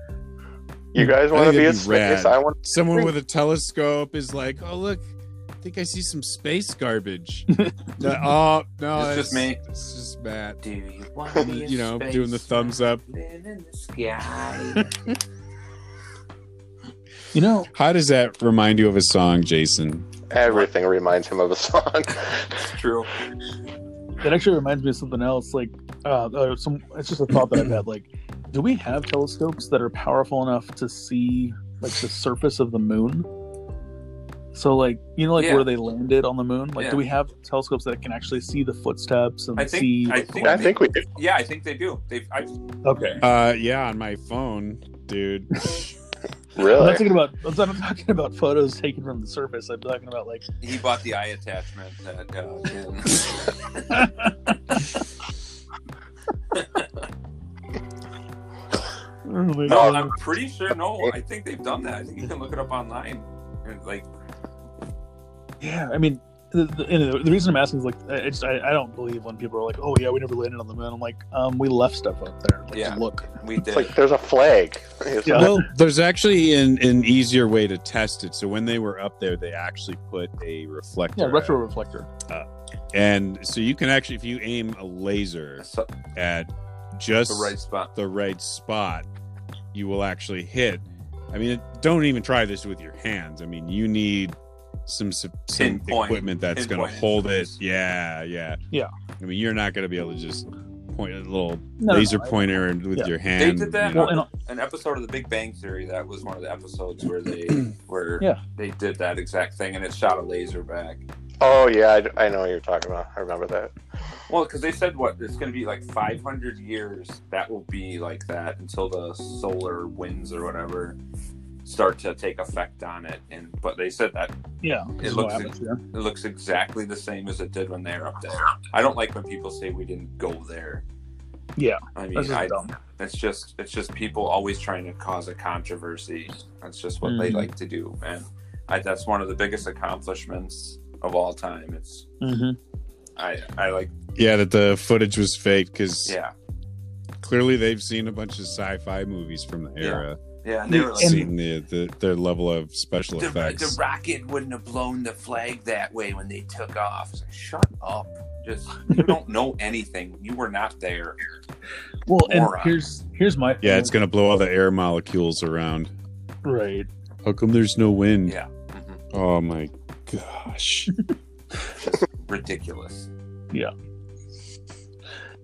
[SPEAKER 3] You guys want to
[SPEAKER 1] think
[SPEAKER 3] be in
[SPEAKER 1] that'd be
[SPEAKER 3] space?
[SPEAKER 1] rad.
[SPEAKER 3] I want.
[SPEAKER 1] Someone with a telescope is like, "Oh look, I think I see some space garbage." No, oh no,
[SPEAKER 4] It's just me.
[SPEAKER 1] It's just Matt.
[SPEAKER 5] Do you want me in
[SPEAKER 1] You know,
[SPEAKER 5] space
[SPEAKER 1] doing the thumbs up.
[SPEAKER 5] when I'm In the sky.
[SPEAKER 2] You know,
[SPEAKER 1] How does that remind you of a song, Jason?
[SPEAKER 3] Everything reminds him of a song.
[SPEAKER 4] It's true.
[SPEAKER 2] that actually reminds me of something else. Like, uh, uh, some it's just a thought that I've had. Like, do we have telescopes that are powerful enough to see like the surface of the moon? So, like, you know, like
[SPEAKER 4] Yeah.
[SPEAKER 2] where they landed on the moon. Like,
[SPEAKER 4] Yeah.
[SPEAKER 2] do we have telescopes that can actually see the footsteps and
[SPEAKER 4] I think-
[SPEAKER 2] see?
[SPEAKER 4] I think-
[SPEAKER 3] I think we do.
[SPEAKER 4] Yeah, I think they do. They've I've,
[SPEAKER 2] okay.
[SPEAKER 1] Uh, yeah, on my phone, dude.
[SPEAKER 2] I'm not
[SPEAKER 3] Really?
[SPEAKER 2] talking about. I'm not talking about photos taken from the surface. I'm talking about like
[SPEAKER 4] he bought the eye attachment that uh, in,
[SPEAKER 2] Oh,
[SPEAKER 4] No, I'm pretty sure. No, I think they've done that. I think you can look it up online. And, Like,
[SPEAKER 2] Yeah, I mean, the, the, you know, the reason I'm asking is like, I, I just I, I don't believe when people are like, "Oh yeah, we never landed on the moon." I'm like, um, we left stuff up there. Like,
[SPEAKER 4] Yeah.
[SPEAKER 2] look.
[SPEAKER 4] we did.
[SPEAKER 3] It's like there's a flag. It's
[SPEAKER 2] Yeah.
[SPEAKER 3] not-
[SPEAKER 1] Well, there's actually an, an easier way to test it. So when they were up there, they actually put a reflector.
[SPEAKER 2] Yeah, retro reflector.
[SPEAKER 1] And so you can actually, if you aim a laser
[SPEAKER 4] So-
[SPEAKER 1] at just
[SPEAKER 4] the right spot.
[SPEAKER 1] the right spot, you will actually hit. I mean, don't even try this with your hands. I mean, you need some some
[SPEAKER 4] Pinpoint.
[SPEAKER 1] equipment that's going to
[SPEAKER 4] Pinpoint
[SPEAKER 1] hold it.
[SPEAKER 4] instruments.
[SPEAKER 1] Yeah, yeah,
[SPEAKER 2] Yeah.
[SPEAKER 1] I mean, you're not going to be able to just point a little
[SPEAKER 2] No,
[SPEAKER 1] laser
[SPEAKER 2] no, no, I-
[SPEAKER 1] pointer and with
[SPEAKER 2] yeah.
[SPEAKER 1] your hand.
[SPEAKER 4] did that
[SPEAKER 1] you know.
[SPEAKER 2] Well, and,
[SPEAKER 4] An episode of The Big Bang Theory. That was one of the episodes where they where
[SPEAKER 2] Yeah.
[SPEAKER 4] they did that exact thing, and it shot a laser back.
[SPEAKER 3] Oh yeah, I, I know what you're talking about. I remember that.
[SPEAKER 4] Well, because they said what it's going to be like 500 years. That will be like that until the solar winds or whatever start to take effect on it. And but they said that
[SPEAKER 2] yeah, this is what
[SPEAKER 4] looks
[SPEAKER 2] happens, yeah.
[SPEAKER 4] it looks exactly the same as it did when they were up there. I don't like when people say we didn't go there.
[SPEAKER 2] Yeah,
[SPEAKER 4] I
[SPEAKER 2] That's
[SPEAKER 4] mean,
[SPEAKER 2] just
[SPEAKER 4] I,
[SPEAKER 2] dumb.
[SPEAKER 4] it's just it's just people always trying to cause a controversy. That's just what they
[SPEAKER 2] Mhm.
[SPEAKER 4] like to do, and I, that's one of the biggest accomplishments of all time. It's
[SPEAKER 2] Mhm.
[SPEAKER 4] I I like
[SPEAKER 1] yeah, that the footage was fake because
[SPEAKER 4] yeah
[SPEAKER 1] clearly they've seen a bunch of sci-fi movies from the
[SPEAKER 4] Yeah.
[SPEAKER 1] era,
[SPEAKER 4] yeah. And they were like,
[SPEAKER 2] And-
[SPEAKER 1] seen the, the their level of special
[SPEAKER 4] the, the
[SPEAKER 1] effects.
[SPEAKER 4] rocket wouldn't have blown the flag that way when they took off. It's like, Shut up! Just you don't know anything. You were not there.
[SPEAKER 2] Well, and
[SPEAKER 4] Moron.
[SPEAKER 2] here's here's my
[SPEAKER 1] yeah, it's going to blow all the air molecules around.
[SPEAKER 2] right.
[SPEAKER 1] How come there's no wind?
[SPEAKER 4] Yeah, hmm
[SPEAKER 1] Oh my gosh.
[SPEAKER 4] ridiculous.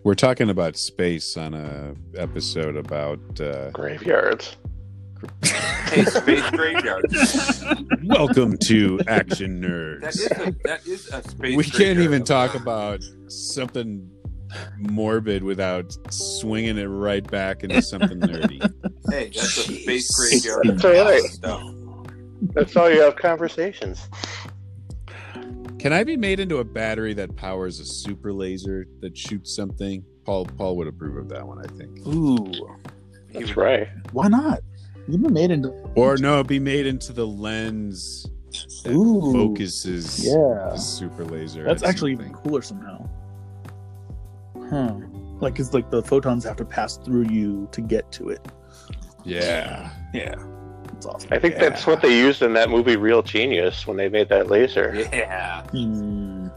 [SPEAKER 1] We're talking about space on a episode about uh,
[SPEAKER 3] Graveyards.
[SPEAKER 4] Hey, space graveyard.
[SPEAKER 1] welcome to action
[SPEAKER 4] That is
[SPEAKER 1] nerds.
[SPEAKER 4] a that is a space.
[SPEAKER 1] We can't
[SPEAKER 4] graveyard.
[SPEAKER 1] even talk about something morbid without swinging it right back into something nerdy.
[SPEAKER 4] Hey, that's a
[SPEAKER 1] Jeez.
[SPEAKER 4] space graveyard.
[SPEAKER 3] That's all right.
[SPEAKER 4] Stuff.
[SPEAKER 3] That's how you have conversations.
[SPEAKER 1] Can I be made into a battery that powers a super laser that shoots something? Paul Paul would approve of that one, I think.
[SPEAKER 2] Ooh,
[SPEAKER 4] He would-
[SPEAKER 3] That's right.
[SPEAKER 2] why not? You've been made into
[SPEAKER 1] Or no, be made into the lens that
[SPEAKER 2] Ooh.
[SPEAKER 1] focuses
[SPEAKER 2] yeah.
[SPEAKER 1] the super laser.
[SPEAKER 2] That's
[SPEAKER 1] at
[SPEAKER 2] actually even
[SPEAKER 1] something.
[SPEAKER 2] cooler somehow. Huh? Like, it's like the photons have to pass through you to get to it.
[SPEAKER 1] yeah.
[SPEAKER 2] Yeah, it's awesome.
[SPEAKER 3] I think
[SPEAKER 1] Yeah.
[SPEAKER 3] that's what they used in that movie Real Genius when they made that laser.
[SPEAKER 4] Yeah,
[SPEAKER 2] Hmm.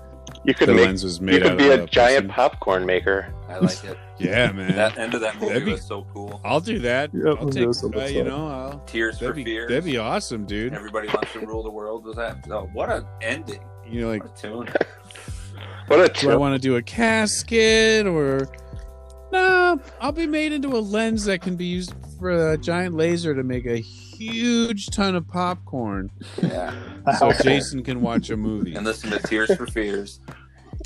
[SPEAKER 3] You could
[SPEAKER 1] the
[SPEAKER 3] make
[SPEAKER 1] lens was made
[SPEAKER 3] you could
[SPEAKER 1] out
[SPEAKER 3] be
[SPEAKER 1] of
[SPEAKER 3] a giant
[SPEAKER 1] person.
[SPEAKER 3] popcorn maker.
[SPEAKER 4] I like it.
[SPEAKER 1] Yeah, man.
[SPEAKER 4] That end of that movie
[SPEAKER 1] That'd be-
[SPEAKER 4] was so cool.
[SPEAKER 1] I'll do that.
[SPEAKER 2] Yeah,
[SPEAKER 1] I'll
[SPEAKER 2] we'll
[SPEAKER 1] take,
[SPEAKER 2] do some
[SPEAKER 1] uh,
[SPEAKER 2] of
[SPEAKER 1] you
[SPEAKER 2] that.
[SPEAKER 1] know, I'll,
[SPEAKER 4] Tears
[SPEAKER 1] that'd,
[SPEAKER 4] for
[SPEAKER 1] be,
[SPEAKER 4] fears.
[SPEAKER 1] that'd be awesome, dude.
[SPEAKER 4] Everybody wants to rule the world. Was that? Oh, what an ending!
[SPEAKER 1] You know, like,
[SPEAKER 4] What
[SPEAKER 1] do I
[SPEAKER 4] a tune.
[SPEAKER 3] What a trip.
[SPEAKER 1] want to do a casket or no? I'll be made into a lens that can be used for a giant laser to make a huge ton of popcorn,
[SPEAKER 4] Yeah,
[SPEAKER 2] A
[SPEAKER 1] so
[SPEAKER 2] house
[SPEAKER 1] Jason can watch a movie.
[SPEAKER 4] and listen to Tears for Fears.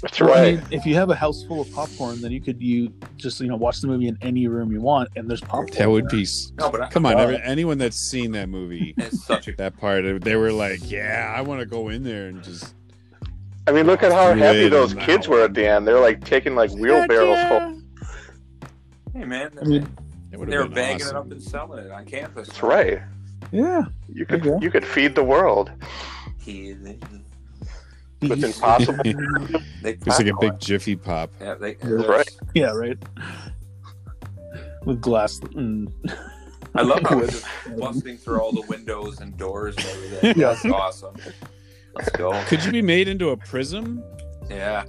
[SPEAKER 3] That's
[SPEAKER 2] Well, I
[SPEAKER 3] right.
[SPEAKER 2] mean, if you have a house full of popcorn, then you could you just you know watch the movie in any room you want, and there's popcorn.
[SPEAKER 1] That would be. s-
[SPEAKER 4] No, but I,
[SPEAKER 1] Come on, every, anyone that's seen that movie,
[SPEAKER 4] it's such a
[SPEAKER 1] that part, they were like, "Yeah, I want to go in there and just
[SPEAKER 3] I mean, look at how happy
[SPEAKER 1] Wait
[SPEAKER 3] those
[SPEAKER 1] a
[SPEAKER 3] kids
[SPEAKER 1] minute.
[SPEAKER 3] were at the end. They're like taking like wheelbarrows full.
[SPEAKER 4] hey man.
[SPEAKER 2] I mean,
[SPEAKER 1] That would've
[SPEAKER 4] they were
[SPEAKER 1] been
[SPEAKER 4] bagging it
[SPEAKER 1] awesome.
[SPEAKER 4] up and selling it on campus.
[SPEAKER 3] That's right.
[SPEAKER 2] Yeah,
[SPEAKER 3] You could
[SPEAKER 2] Okay.
[SPEAKER 3] you could feed the world
[SPEAKER 4] He- they-
[SPEAKER 3] with impossible.
[SPEAKER 4] they
[SPEAKER 1] It's like a
[SPEAKER 4] popcorn.
[SPEAKER 1] big Jiffy Pop.
[SPEAKER 4] Yeah, they,
[SPEAKER 3] That's right.
[SPEAKER 2] yeah, right. With glass and
[SPEAKER 4] I love how it's just busting through all the windows and doors and everything.
[SPEAKER 2] Yeah.
[SPEAKER 4] That's awesome. Let's go.
[SPEAKER 1] Could you be made into a prism?
[SPEAKER 4] Yeah.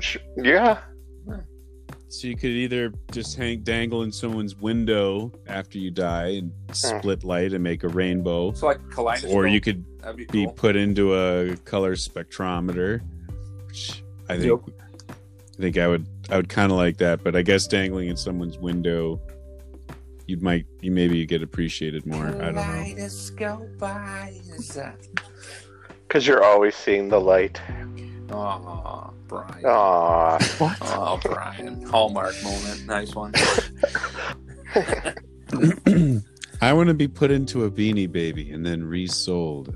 [SPEAKER 3] Sh- Yeah.
[SPEAKER 1] So you could either just hang dangle in someone's window after you die and split light and make a rainbow,
[SPEAKER 4] It's like kaleidoscope.
[SPEAKER 1] or you could
[SPEAKER 4] That'd be
[SPEAKER 1] be
[SPEAKER 4] cool.
[SPEAKER 1] put into a color spectrometer. Which I think I think I would I would kind of like that, but I guess dangling in someone's window, you might you maybe you get appreciated more. I don't know.
[SPEAKER 5] Kaleidoscope eyes.
[SPEAKER 3] Because you're always seeing the light.
[SPEAKER 4] Aw, Brian.
[SPEAKER 3] Aw.
[SPEAKER 4] Oh, Brian. Hallmark moment. Nice one.
[SPEAKER 1] I want to be put into a beanie baby and then resold.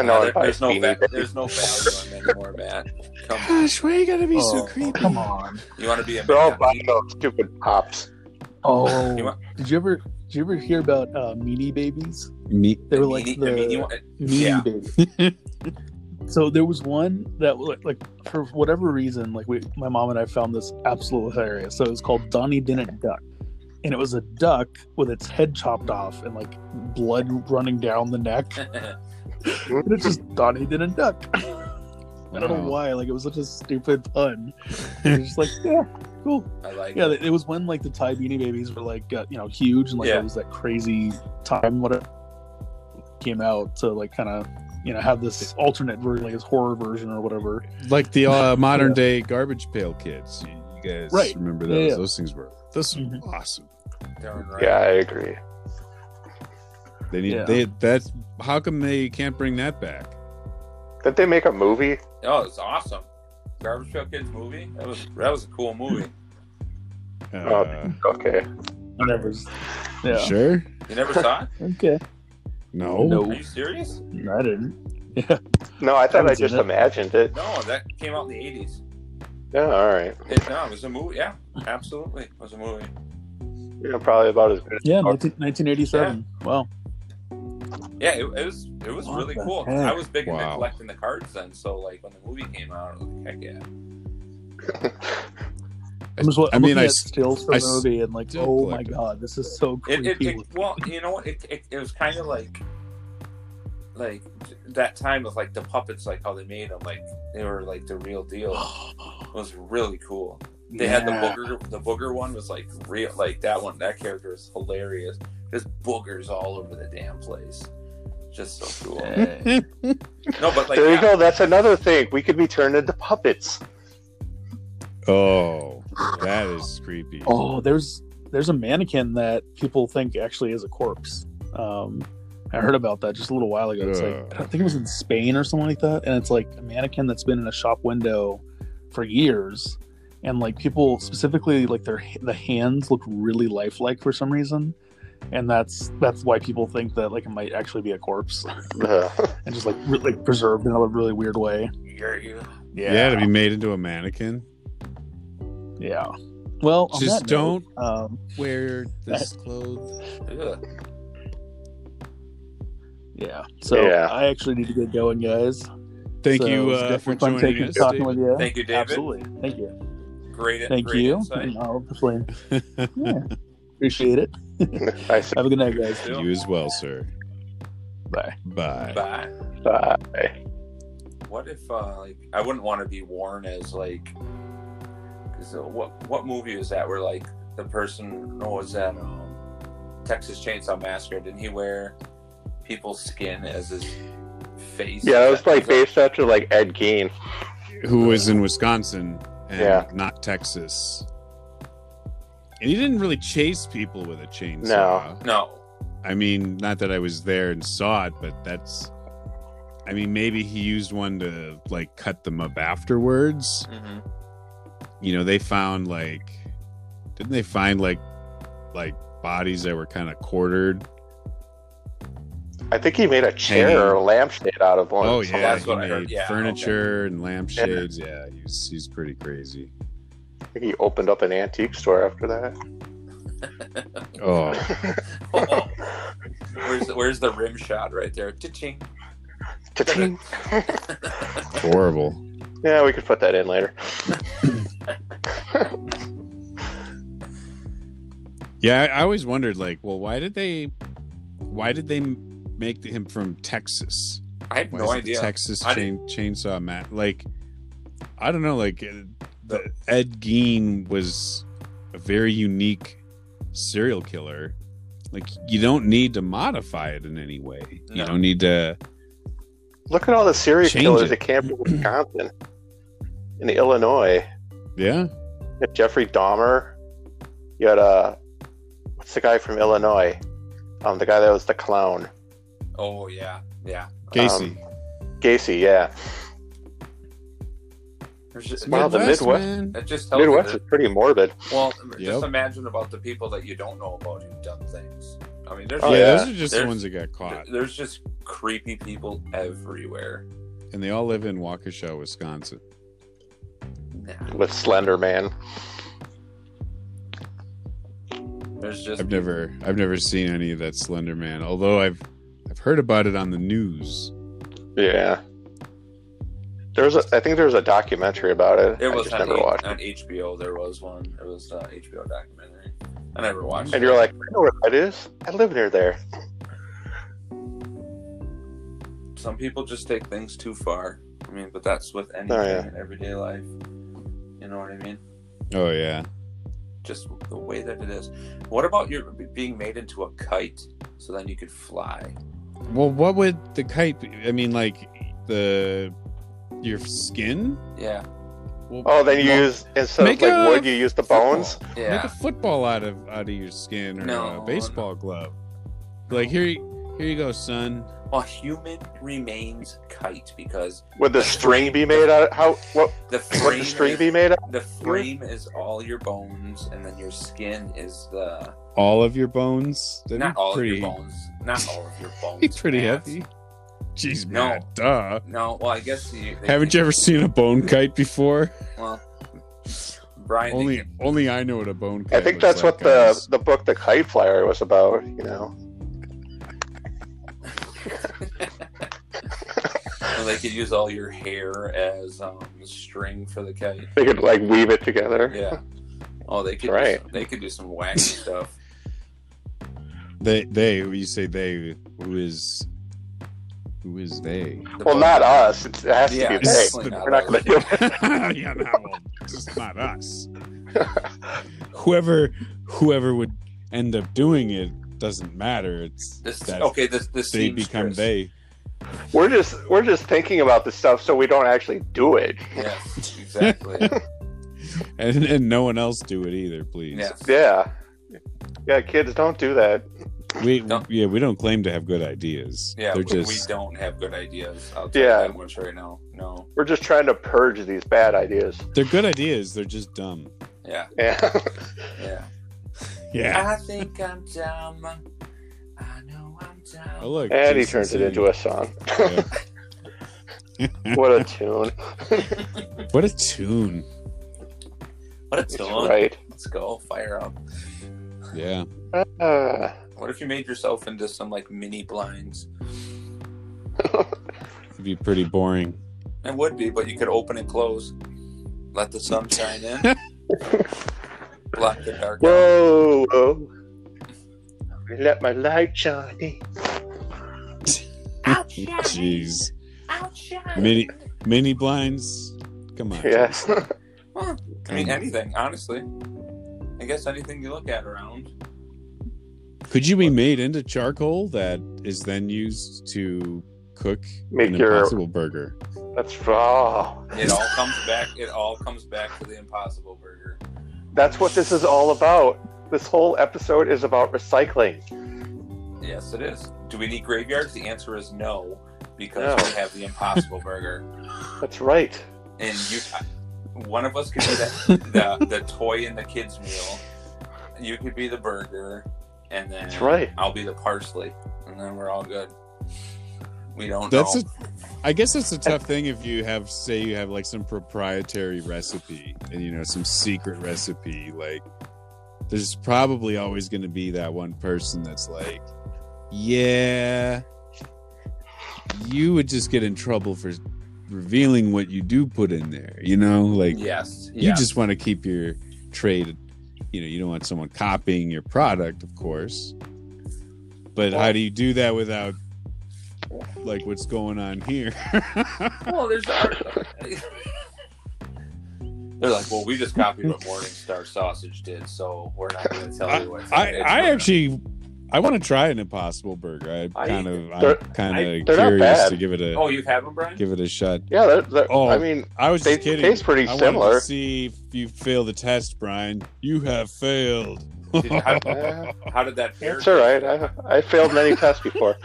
[SPEAKER 4] Uh,
[SPEAKER 3] no, one
[SPEAKER 4] there-
[SPEAKER 3] buys
[SPEAKER 4] there's, no
[SPEAKER 3] beanie
[SPEAKER 4] va-
[SPEAKER 3] babies.
[SPEAKER 4] there's no value on anymore, Matt. Come on.
[SPEAKER 1] Gosh, why you gotta be
[SPEAKER 4] so
[SPEAKER 2] Oh,
[SPEAKER 1] so creepy?
[SPEAKER 5] Come on.
[SPEAKER 4] You want to be a
[SPEAKER 3] Oh, They're all
[SPEAKER 4] man?
[SPEAKER 3] buying those stupid pops.
[SPEAKER 4] You
[SPEAKER 2] Oh,
[SPEAKER 4] want-
[SPEAKER 2] did you ever did you ever hear about uh, meanie babies?
[SPEAKER 1] Me,
[SPEAKER 2] They were
[SPEAKER 4] I
[SPEAKER 2] like
[SPEAKER 4] mean,
[SPEAKER 2] the
[SPEAKER 4] I mean, you want-
[SPEAKER 2] meanie
[SPEAKER 4] Yeah.
[SPEAKER 2] baby. so there was one that was like, like for whatever reason, like we, my mom and I found this absolutely hilarious. So it was called Donnie Didn't Duck, and it was a duck with its head chopped off and like blood running down the neck. And it's just Donnie Didn't Duck. I don't know
[SPEAKER 1] Wow.
[SPEAKER 2] why. Like it was such a stupid pun. It was just like yeah, cool.
[SPEAKER 4] I like
[SPEAKER 2] Yeah,
[SPEAKER 4] it.
[SPEAKER 2] it was when like the Thai beanie babies were like uh, you know huge and like
[SPEAKER 4] Yeah.
[SPEAKER 2] it was that crazy time whatever came out to like kind of you know have this alternate version, like this horror version or whatever.
[SPEAKER 1] like the uh, modern day garbage pail kids. You, you guys
[SPEAKER 2] Right.
[SPEAKER 1] remember
[SPEAKER 2] Yeah,
[SPEAKER 1] those?
[SPEAKER 2] yeah.
[SPEAKER 1] Those things were those were
[SPEAKER 2] Mhm.
[SPEAKER 1] awesome.
[SPEAKER 4] Darn right.
[SPEAKER 3] Yeah, I agree.
[SPEAKER 1] They need
[SPEAKER 2] Yeah.
[SPEAKER 1] they that's how come they can't bring that back?
[SPEAKER 3] Did they make a movie?
[SPEAKER 4] Oh, it's awesome. Garbage Pail Kids movie. That was that was a cool movie.
[SPEAKER 1] Uh,
[SPEAKER 3] Oh. Okay.
[SPEAKER 2] Whatever.
[SPEAKER 1] you
[SPEAKER 2] Yeah.
[SPEAKER 1] Sure.
[SPEAKER 4] You never saw it?
[SPEAKER 2] Okay.
[SPEAKER 1] No.
[SPEAKER 2] No.
[SPEAKER 4] Are you serious?
[SPEAKER 2] No, I didn't.
[SPEAKER 3] No, I thought I
[SPEAKER 2] Sounds
[SPEAKER 3] just
[SPEAKER 2] in it.
[SPEAKER 3] imagined it.
[SPEAKER 4] No, that came out in the eighties.
[SPEAKER 3] Yeah, all right.
[SPEAKER 4] It, no, it was a movie. Yeah, absolutely, it was a movie.
[SPEAKER 3] You're probably about as good as
[SPEAKER 2] Yeah, 19- 1987. Wow.
[SPEAKER 4] Yeah, it, it was. It was
[SPEAKER 2] What
[SPEAKER 4] really
[SPEAKER 2] the
[SPEAKER 4] cool.
[SPEAKER 2] heck?
[SPEAKER 4] I was big into
[SPEAKER 1] Wow.
[SPEAKER 4] collecting the cards then, so like when the movie came out, I was like, heck yeah.
[SPEAKER 2] I'm just, I'm
[SPEAKER 1] I mean,
[SPEAKER 2] looking
[SPEAKER 1] I
[SPEAKER 2] at
[SPEAKER 1] s-
[SPEAKER 2] stills from
[SPEAKER 1] I
[SPEAKER 2] the movie and like,
[SPEAKER 1] still
[SPEAKER 2] oh my
[SPEAKER 1] collect it.
[SPEAKER 2] god, this is so
[SPEAKER 4] It,
[SPEAKER 2] creepy.
[SPEAKER 4] it, it well, you know what? It, it, it was kind of like like that time of like the puppets, like how they made them, like they were like the real deal. It was really cool. They had the
[SPEAKER 2] Yeah.
[SPEAKER 4] booger. The booger one was like real. Like that one. That character was hilarious. There's boogers all over the damn place. Just so cool. No, but like
[SPEAKER 3] there you
[SPEAKER 4] yeah,
[SPEAKER 3] go. That's another thing. We could be turned into puppets.
[SPEAKER 1] Oh, that is creepy.
[SPEAKER 2] Oh, there's there's a mannequin that people think actually is a corpse. Um, I heard about that just a little while ago. It's like I think it was in Spain or something like that, and it's like a mannequin that's been in a shop window for years, and like people specifically like their the hands look really lifelike for some reason, and that's that's why people think that like it might actually be a corpse
[SPEAKER 3] Ugh.
[SPEAKER 2] and just like re- like preserved in a really weird way.
[SPEAKER 4] you're- you-
[SPEAKER 1] yeah. to be made into a mannequin.
[SPEAKER 2] yeah. Well, on
[SPEAKER 1] Just
[SPEAKER 2] that note,
[SPEAKER 1] don't
[SPEAKER 2] um,
[SPEAKER 1] wear this clothes.
[SPEAKER 4] ugh.
[SPEAKER 2] yeah. So
[SPEAKER 3] Yeah.
[SPEAKER 2] I actually need to get going, guys.
[SPEAKER 1] Thank
[SPEAKER 2] So
[SPEAKER 1] you
[SPEAKER 2] it was
[SPEAKER 1] uh, for
[SPEAKER 2] definitely fun
[SPEAKER 1] joining
[SPEAKER 2] taking-
[SPEAKER 1] us.
[SPEAKER 2] talking
[SPEAKER 1] David.
[SPEAKER 2] with you.
[SPEAKER 4] Thank you, David.
[SPEAKER 2] Absolutely. Thank you.
[SPEAKER 4] Great.
[SPEAKER 2] Thank
[SPEAKER 4] great
[SPEAKER 2] you.
[SPEAKER 4] Insight.
[SPEAKER 2] And I'll definitely- yeah, appreciate it.
[SPEAKER 3] I said,
[SPEAKER 2] Have a good night, guys.
[SPEAKER 1] You as well, sir.
[SPEAKER 2] Bye.
[SPEAKER 1] Bye.
[SPEAKER 4] Bye.
[SPEAKER 3] uh,
[SPEAKER 4] What if uh, like I wouldn't want to be worn as like because what what movie was that where like the person what was that um, Texas Chainsaw Massacre didn't he wear people's skin as his face?
[SPEAKER 3] yeah, it was like based after like Ed Gein.
[SPEAKER 1] Who was in Wisconsin and
[SPEAKER 3] Yeah.
[SPEAKER 1] not Texas. And he didn't really chase people with a chainsaw.
[SPEAKER 4] No,
[SPEAKER 1] I mean, not that I was there and saw it, but that's. I mean, maybe he used one to like cut them up afterwards.
[SPEAKER 4] hmm
[SPEAKER 1] You know, they found like, didn't they find like, like bodies that were kind of quartered?
[SPEAKER 3] I think he made a chair
[SPEAKER 1] Hey.
[SPEAKER 3] or a lampshade out of one.
[SPEAKER 1] Oh yeah,
[SPEAKER 4] that's
[SPEAKER 1] he
[SPEAKER 4] what I
[SPEAKER 1] made
[SPEAKER 4] heard. Yeah,
[SPEAKER 1] furniture and lampshades. Yeah, he's he's pretty crazy.
[SPEAKER 3] I think he opened up an antique store after that.
[SPEAKER 1] Oh,
[SPEAKER 4] where's the, where's the rim shot right there? Cha-ching.
[SPEAKER 3] Ta-ching.
[SPEAKER 1] horrible.
[SPEAKER 3] yeah, we could put that in later.
[SPEAKER 1] Yeah, I, I always wondered, like, well, why did they, why did they m- make him from Texas?
[SPEAKER 4] I have
[SPEAKER 1] Why
[SPEAKER 4] no
[SPEAKER 1] is it
[SPEAKER 4] idea.
[SPEAKER 1] Texas
[SPEAKER 4] I
[SPEAKER 1] chain, Chainsaw Matt. Like, I don't know. Like, uh, the, Ed Gein was a very unique serial killer. Like, you don't need to modify it in any way. You
[SPEAKER 4] No.
[SPEAKER 1] don't need to.
[SPEAKER 3] Look at all the serial
[SPEAKER 1] Change
[SPEAKER 3] killers
[SPEAKER 1] it.
[SPEAKER 3] that came from Wisconsin, in Illinois.
[SPEAKER 1] Yeah.
[SPEAKER 3] You had Jeffrey Dahmer. You had uh, what's the guy from Illinois? Um, the guy that was the clown,
[SPEAKER 4] Oh yeah, yeah.
[SPEAKER 1] Casey.
[SPEAKER 3] Um, Gacy. Yeah,
[SPEAKER 4] There's just-
[SPEAKER 3] Wow, the Midwest-
[SPEAKER 1] man.
[SPEAKER 4] That just tells you
[SPEAKER 3] Midwest
[SPEAKER 4] that-
[SPEAKER 3] is pretty morbid.
[SPEAKER 4] Well,
[SPEAKER 1] Yep.
[SPEAKER 4] just imagine about the people that you don't know about who've done things. I mean, there's
[SPEAKER 3] Oh,
[SPEAKER 1] yeah,
[SPEAKER 3] yeah.
[SPEAKER 1] those are just the
[SPEAKER 4] There's-
[SPEAKER 1] ones that got caught,
[SPEAKER 4] there's just creepy people everywhere.
[SPEAKER 1] and they all live in Waukesha, Wisconsin.
[SPEAKER 4] Nah,
[SPEAKER 3] with Slender Man.
[SPEAKER 4] there's just
[SPEAKER 1] I've never, I've never seen any of that Slender Man. Although I've, I've heard about it on the news.
[SPEAKER 3] Yeah. There's a, I think there's a documentary about it.
[SPEAKER 4] It
[SPEAKER 3] I
[SPEAKER 4] was
[SPEAKER 3] just
[SPEAKER 4] on,
[SPEAKER 3] never
[SPEAKER 4] H-
[SPEAKER 3] watched.
[SPEAKER 4] on HBO. There was one. It was uh, HBO documentary. I
[SPEAKER 1] Mm-hmm.
[SPEAKER 4] never watched.
[SPEAKER 3] And
[SPEAKER 4] it.
[SPEAKER 3] you're like, I know where that is. I live near there.
[SPEAKER 4] some people just take things too far. I mean, but that's with anything
[SPEAKER 3] Oh, yeah.
[SPEAKER 4] in everyday life. You know what I mean?
[SPEAKER 1] Oh yeah,
[SPEAKER 4] Just the way that it is. What about your being made into a kite so then you could fly?
[SPEAKER 1] Well, what would the kite? Be? I mean, like the your skin.
[SPEAKER 4] Yeah,
[SPEAKER 1] Well,
[SPEAKER 3] Oh, then you
[SPEAKER 1] well,
[SPEAKER 3] use instead
[SPEAKER 1] Make
[SPEAKER 3] of like
[SPEAKER 1] a
[SPEAKER 3] wood, you use the bones.
[SPEAKER 1] make a
[SPEAKER 4] yeah.
[SPEAKER 1] football out of out of your skin or
[SPEAKER 4] No,
[SPEAKER 1] a baseball glove. Like here, you- here you go, son.
[SPEAKER 4] A human remains kite because
[SPEAKER 3] Would the string be made out? Of, how what
[SPEAKER 4] the
[SPEAKER 3] would
[SPEAKER 4] frame
[SPEAKER 3] the string
[SPEAKER 4] is,
[SPEAKER 3] be made out?
[SPEAKER 4] the frame is all your bones, and then your skin is the
[SPEAKER 1] All of your bones. That'd
[SPEAKER 4] not
[SPEAKER 1] be
[SPEAKER 4] all
[SPEAKER 1] pretty,
[SPEAKER 4] of your bones, not all of your bones.
[SPEAKER 1] be pretty
[SPEAKER 4] Matt.
[SPEAKER 1] heavy. Jeez,
[SPEAKER 4] No.
[SPEAKER 1] man, duh.
[SPEAKER 4] No, well, I guess you they
[SPEAKER 1] Haven't
[SPEAKER 4] can-
[SPEAKER 1] you ever seen a bone kite before?
[SPEAKER 4] Well, Brian, they
[SPEAKER 1] Only,
[SPEAKER 4] can-
[SPEAKER 1] only I know what a bone kite.
[SPEAKER 3] I think
[SPEAKER 1] looks
[SPEAKER 3] that's
[SPEAKER 1] like,
[SPEAKER 3] what the
[SPEAKER 1] guys.
[SPEAKER 3] the book The Kite Flyer was about. You know,
[SPEAKER 4] Or they could use all your hair as um, string for the kite.
[SPEAKER 3] they could like weave it together.
[SPEAKER 4] Yeah. Oh, they could.
[SPEAKER 3] Right.
[SPEAKER 4] do some- they could do some wacky stuff.
[SPEAKER 1] they they you say they who is who is they?
[SPEAKER 4] The
[SPEAKER 3] Well,
[SPEAKER 4] bone-
[SPEAKER 3] not us. It's, it has
[SPEAKER 4] Yeah,
[SPEAKER 3] to be
[SPEAKER 4] definitely
[SPEAKER 3] they.
[SPEAKER 1] Hey,
[SPEAKER 4] not
[SPEAKER 3] We're not
[SPEAKER 4] us.
[SPEAKER 3] going to.
[SPEAKER 1] yeah, no, well, just not us. whoever, whoever would end up doing it doesn't matter. It's
[SPEAKER 4] This,
[SPEAKER 1] that
[SPEAKER 4] okay, this this
[SPEAKER 1] they become
[SPEAKER 4] seamstress.
[SPEAKER 1] they.
[SPEAKER 3] We're just we're just thinking about the stuff so we don't actually do it.
[SPEAKER 4] Yes, exactly.
[SPEAKER 1] and and no one else do it either. Please,
[SPEAKER 4] yes.
[SPEAKER 3] Yeah, yeah, kids, don't do that.
[SPEAKER 1] we
[SPEAKER 4] Don't-
[SPEAKER 1] yeah we don't claim to have good ideas.
[SPEAKER 4] Yeah,
[SPEAKER 1] they're
[SPEAKER 4] we, we
[SPEAKER 1] just
[SPEAKER 4] don't have good ideas. I'll tell
[SPEAKER 3] Yeah.
[SPEAKER 4] you that much right now. No.
[SPEAKER 3] We're just trying to purge these bad ideas.
[SPEAKER 1] they're good ideas. They're just dumb.
[SPEAKER 4] Yeah.
[SPEAKER 3] Yeah.
[SPEAKER 4] Yeah.
[SPEAKER 1] Yeah.
[SPEAKER 4] I think I'm dumb. I know I'm dumb.
[SPEAKER 1] Oh, look,
[SPEAKER 3] And he
[SPEAKER 1] Jason
[SPEAKER 3] turns it
[SPEAKER 1] Segel.
[SPEAKER 3] into a song.
[SPEAKER 1] Yeah.
[SPEAKER 3] What a tune.
[SPEAKER 1] What a tune!
[SPEAKER 4] What a
[SPEAKER 3] It's
[SPEAKER 4] tone.
[SPEAKER 3] right.
[SPEAKER 4] Let's go. Fire up.
[SPEAKER 1] Yeah,
[SPEAKER 3] Uh,
[SPEAKER 4] What if you made yourself into some like mini blinds?
[SPEAKER 1] it'd be pretty boring.
[SPEAKER 4] It would be, but you could open and close. Let the sun shine in. Block the dark. out.
[SPEAKER 3] whoa, whoa. Let my light shine. in.
[SPEAKER 1] Jeez, mini mini blinds. Come on,
[SPEAKER 3] Yeah.
[SPEAKER 4] I mean, anything, honestly. I guess anything you look at around.
[SPEAKER 1] Could you be made into charcoal that is then used to cook
[SPEAKER 3] Make
[SPEAKER 1] an
[SPEAKER 3] your.
[SPEAKER 1] impossible burger?
[SPEAKER 3] That's oh,
[SPEAKER 4] It all comes back. It all comes back to the Impossible Burger.
[SPEAKER 3] That's what this is all about. This whole episode is about recycling.
[SPEAKER 4] Yes, it is. Do we need graveyards? The answer is no, because
[SPEAKER 3] No.
[SPEAKER 4] we have the Impossible Burger,
[SPEAKER 3] That's right.
[SPEAKER 4] and you, one of us could be the the, the toy in the kids' meal. You could be the burger, and then
[SPEAKER 3] That's right.
[SPEAKER 4] I'll be the parsley, and then we're all good. We don't.
[SPEAKER 1] That's
[SPEAKER 4] know.
[SPEAKER 1] a. I guess that's a tough thing if you have, say, you have like some proprietary recipe and you know some secret recipe. Like, there's probably always going to be that one person that's like, yeah, you would just get in trouble for revealing what you do put in there. You know, like
[SPEAKER 4] yes.
[SPEAKER 1] you
[SPEAKER 4] yeah.
[SPEAKER 1] just want to keep your trade you know you don't want someone copying your product of course but how do you do that without like what's going on here
[SPEAKER 4] Well, there's. They're like, well, we just copied what Morningstar Sausage did, so we're not going to tell you what.
[SPEAKER 1] i i actually i want to try an impossible burger i,
[SPEAKER 4] I-
[SPEAKER 1] kind of i'm
[SPEAKER 3] They're-
[SPEAKER 1] kind
[SPEAKER 4] I-
[SPEAKER 1] of
[SPEAKER 3] they're not
[SPEAKER 1] curious
[SPEAKER 3] bad.
[SPEAKER 1] to give it a
[SPEAKER 4] Oh, you've had them, Brian?
[SPEAKER 1] give it a shot
[SPEAKER 3] Yeah, they're, they're,
[SPEAKER 1] Oh.
[SPEAKER 3] I mean,
[SPEAKER 1] i was
[SPEAKER 3] they
[SPEAKER 1] just kidding
[SPEAKER 3] taste pretty
[SPEAKER 1] I wanted
[SPEAKER 3] similar.
[SPEAKER 1] to see if you fail the test brian you have failed
[SPEAKER 4] Did- how,
[SPEAKER 3] Yeah.
[SPEAKER 4] how did that fare?
[SPEAKER 3] It's all right. I, I failed many tests before.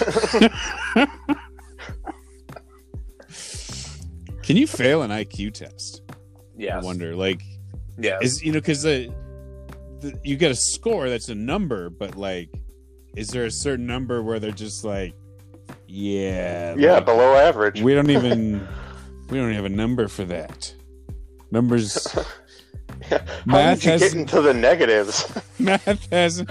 [SPEAKER 1] can you fail an iq test i
[SPEAKER 4] Yes.
[SPEAKER 1] wonder like
[SPEAKER 4] Yeah.
[SPEAKER 1] is you know because the, the you get a score that's a number but like is there a certain number where they're just like yeah
[SPEAKER 3] Yeah,
[SPEAKER 1] like,
[SPEAKER 3] below average.
[SPEAKER 1] we don't even we don't have a number for that numbers
[SPEAKER 3] How
[SPEAKER 1] math
[SPEAKER 3] did you
[SPEAKER 1] has
[SPEAKER 3] get into the negatives?
[SPEAKER 1] math has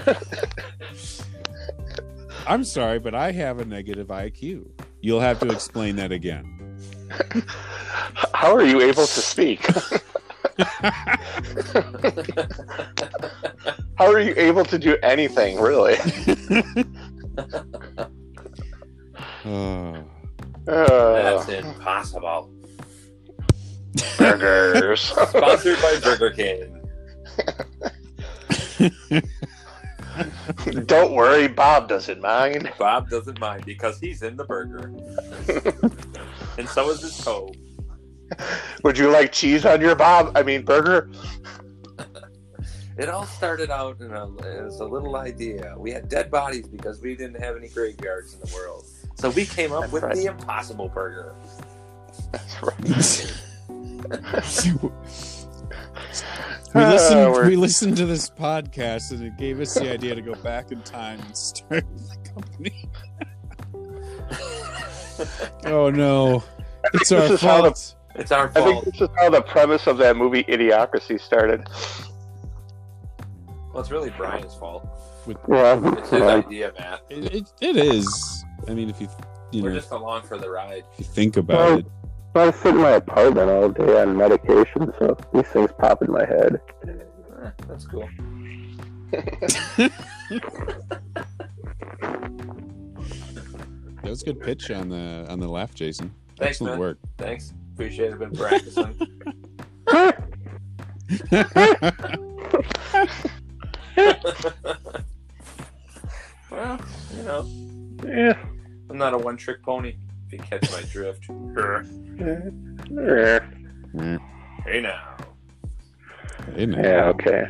[SPEAKER 1] i'm sorry but i have a negative iq you'll have to explain that again
[SPEAKER 3] How are you able to speak? How are you able to do anything, really?
[SPEAKER 1] oh.
[SPEAKER 3] Uh,
[SPEAKER 4] That's impossible.
[SPEAKER 3] burgers.
[SPEAKER 4] Sponsored by Burger King.
[SPEAKER 3] Don't worry, Bob doesn't mind.
[SPEAKER 4] Bob doesn't mind because he's in the burger. and so is his toe.
[SPEAKER 3] Would you like cheese on your Bob? I mean, burger?
[SPEAKER 4] It all started out in a, as a little idea. We had dead bodies because we didn't have any graveyards in the world. So we came up with
[SPEAKER 3] right.
[SPEAKER 4] the impossible burger.
[SPEAKER 1] we listened.
[SPEAKER 3] Ah, we're-
[SPEAKER 1] we listened to this podcast, and it gave us the idea to go back in time and start the company. oh no, it's
[SPEAKER 3] This
[SPEAKER 1] our
[SPEAKER 3] is how the-
[SPEAKER 1] fault.
[SPEAKER 4] It's our
[SPEAKER 3] I think
[SPEAKER 4] fault.
[SPEAKER 3] this is how the premise of that movie Idiocracy started.
[SPEAKER 4] Well, it's really Brian's fault.
[SPEAKER 3] Yeah.
[SPEAKER 4] It's his idea, Matt.
[SPEAKER 1] It, it, it is. I mean, if you you
[SPEAKER 4] We're
[SPEAKER 1] know
[SPEAKER 4] just along for the ride.
[SPEAKER 1] if you think about it,
[SPEAKER 6] I sit in my apartment all day on medication, so these things pop in my head.
[SPEAKER 4] Eh, That's cool.
[SPEAKER 1] that was a good pitch on the on the left, Jason.
[SPEAKER 4] Thanks,
[SPEAKER 1] Excellent
[SPEAKER 4] man.
[SPEAKER 1] work.
[SPEAKER 4] Thanks. Appreciate it. Been practicing. well, you know,
[SPEAKER 3] Yeah.
[SPEAKER 4] I'm not a one trick pony. If you catch my drift.
[SPEAKER 3] Yeah.
[SPEAKER 4] Hey now.
[SPEAKER 1] Isn't it?
[SPEAKER 6] Yeah, okay.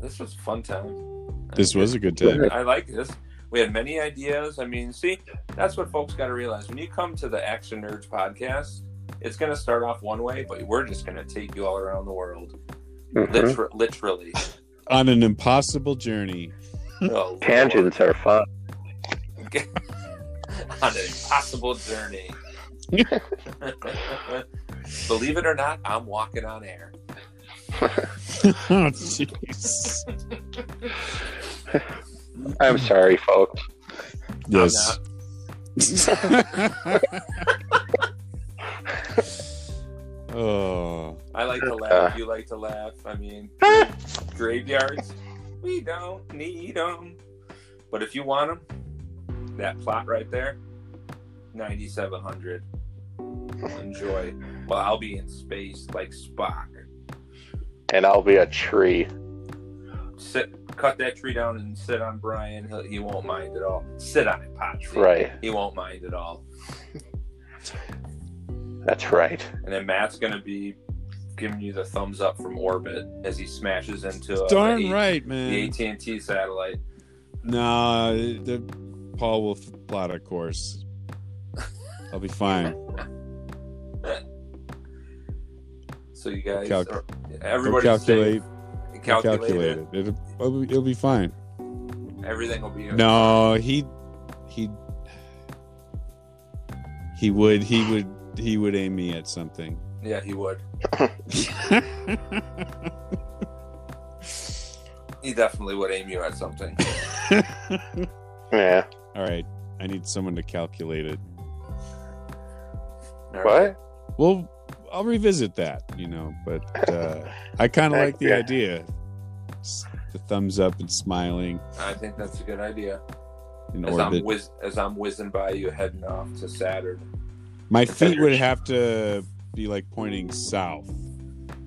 [SPEAKER 4] This was a fun time.
[SPEAKER 1] This was a good time.
[SPEAKER 4] I like this. We had many ideas. I mean, see, that's what folks got to realize. When you come to the Action Nerds podcast, it's going to start off one way, but we're just going to take you all around the world.
[SPEAKER 3] Mm-hmm.
[SPEAKER 6] Mhm.
[SPEAKER 4] Liter- literally.
[SPEAKER 1] On an impossible journey.
[SPEAKER 4] Oh,
[SPEAKER 6] Tangents are fun.
[SPEAKER 4] Lord. On an impossible journey. Believe it or not, I'm walking on air.
[SPEAKER 1] Oh jeez.
[SPEAKER 3] Mm-hmm.
[SPEAKER 6] I'm sorry, folks.
[SPEAKER 1] Yes. oh,
[SPEAKER 4] I like to
[SPEAKER 6] Uh.
[SPEAKER 4] laugh. You like to laugh. I mean, graveyards, we don't need them. But if you want them, that plot right there, 9,700. Enjoy. Well, I'll be in space like Spock.
[SPEAKER 3] And I'll be a tree.
[SPEAKER 4] Sit, cut that tree down and sit on Brian. He'll, he won't mind at all. Sit on it, Patrick.
[SPEAKER 3] Right.
[SPEAKER 4] He won't mind at all.
[SPEAKER 3] That's right.
[SPEAKER 4] And then Matt's going to be giving you the thumbs up from orbit as he smashes into uh,
[SPEAKER 1] darn
[SPEAKER 4] the,
[SPEAKER 1] right,
[SPEAKER 4] the
[SPEAKER 1] man.
[SPEAKER 4] AT&T satellite.
[SPEAKER 1] Nah, the Paul will f- plot a course. I'll be fine.
[SPEAKER 4] So you guys,
[SPEAKER 1] Calc-
[SPEAKER 4] or-
[SPEAKER 1] Go
[SPEAKER 4] everybody,
[SPEAKER 1] calculate,
[SPEAKER 4] Say,
[SPEAKER 1] go
[SPEAKER 4] calculate,
[SPEAKER 1] calculate
[SPEAKER 4] it.
[SPEAKER 1] it. It'll, it'll be- it'll be fine.
[SPEAKER 4] Everything will be
[SPEAKER 1] No, he, he, he would, he would, he would aim me at something.
[SPEAKER 4] Yeah, he would. He definitely would aim you at something.
[SPEAKER 3] Yeah.
[SPEAKER 1] All right, I need someone to calculate it.
[SPEAKER 4] All right.
[SPEAKER 3] What?
[SPEAKER 1] Well, I'll revisit that, you know. But uh, I kind of like the
[SPEAKER 3] Yeah.
[SPEAKER 1] idea, It's the thumbs up and smiling
[SPEAKER 4] I think that's a good idea.
[SPEAKER 1] in
[SPEAKER 4] As
[SPEAKER 1] orbit.
[SPEAKER 4] I'm whiz- as I'm whizzing by you, heading off to Saturn,
[SPEAKER 1] My feet would have to be like pointing south.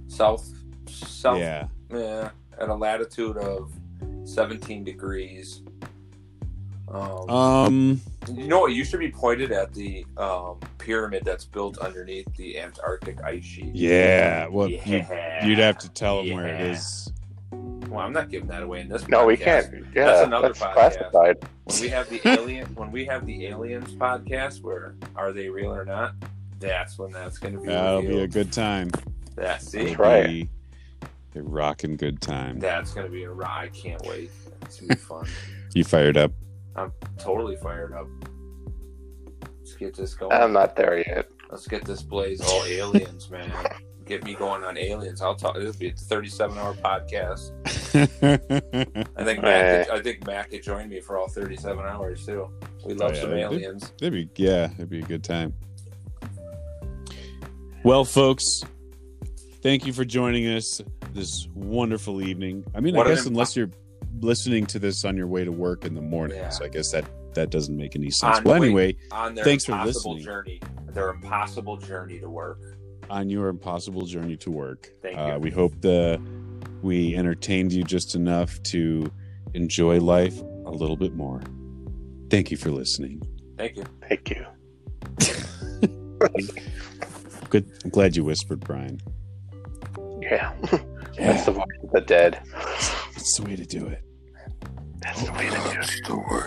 [SPEAKER 4] south, south, yeah.
[SPEAKER 1] Yeah,
[SPEAKER 4] at a latitude of 17 degrees. Um,
[SPEAKER 1] um,
[SPEAKER 4] you know what? You should be pointed at the um, pyramid that's built underneath the Antarctic ice sheet.
[SPEAKER 1] yeah. Well, you-
[SPEAKER 4] Yeah.
[SPEAKER 1] You'd have to tell them where it
[SPEAKER 4] Yeah.
[SPEAKER 1] is.
[SPEAKER 4] Well, I'm not giving that away in this.
[SPEAKER 3] No, we
[SPEAKER 4] podcast.
[SPEAKER 3] can't. Yeah,
[SPEAKER 4] That's another podcast.
[SPEAKER 3] classified.
[SPEAKER 4] When we have the alien, when we have the aliens podcast, where are they real or not? That's when that's going to be.
[SPEAKER 1] That'll be a
[SPEAKER 4] revealed.
[SPEAKER 1] good time.
[SPEAKER 4] That see,
[SPEAKER 3] That's right.
[SPEAKER 1] Be a rocking good time.
[SPEAKER 4] that's going to be a raw. I can't wait. It's going to be fun.
[SPEAKER 1] You fired up.
[SPEAKER 4] totally fired up. Let's get this going.
[SPEAKER 3] I'm not there yet.
[SPEAKER 4] Let's get this blaze all aliens, man. Get me going on aliens. I'll talk. This will be a 37 hour podcast.
[SPEAKER 1] That'd
[SPEAKER 4] I think Matt. Could, I think Matt could join me for all 37 hours too. We love
[SPEAKER 1] Oh, yeah,
[SPEAKER 4] some
[SPEAKER 1] that'd be-
[SPEAKER 4] aliens.
[SPEAKER 1] be yeah, it'd be a good time. Well, folks, thank you for joining us this wonderful evening. I mean,
[SPEAKER 4] What
[SPEAKER 1] I
[SPEAKER 4] an
[SPEAKER 1] guess
[SPEAKER 4] imp-
[SPEAKER 1] unless you're listening to this on your way to work in the morning,
[SPEAKER 4] Yeah.
[SPEAKER 1] so I guess that that doesn't make any sense.
[SPEAKER 4] On the
[SPEAKER 1] Well,
[SPEAKER 4] way-
[SPEAKER 1] anyway,
[SPEAKER 4] on their
[SPEAKER 1] Thanks for
[SPEAKER 4] impossible
[SPEAKER 1] listening.
[SPEAKER 4] journey, their impossible journey to work.
[SPEAKER 1] on your impossible journey to work.
[SPEAKER 4] Thank
[SPEAKER 1] Uh,
[SPEAKER 4] you.
[SPEAKER 1] we hope the we entertained you just enough to enjoy life a little bit more. Thank you for listening.
[SPEAKER 4] Thank you.
[SPEAKER 3] Thank you.
[SPEAKER 1] Good. I'm glad you whispered, Brian.
[SPEAKER 3] Yeah. That's
[SPEAKER 1] Yeah,
[SPEAKER 3] the voice of the dead.
[SPEAKER 1] it's the way to do it.
[SPEAKER 3] That's the way to do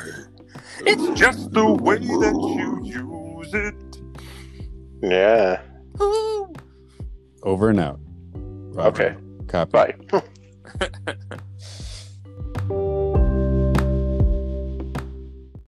[SPEAKER 3] it.
[SPEAKER 4] It's just the way that you use it.
[SPEAKER 3] Yeah.
[SPEAKER 1] Over and out. Robert,
[SPEAKER 3] Okay.
[SPEAKER 1] Copy.
[SPEAKER 3] Bye.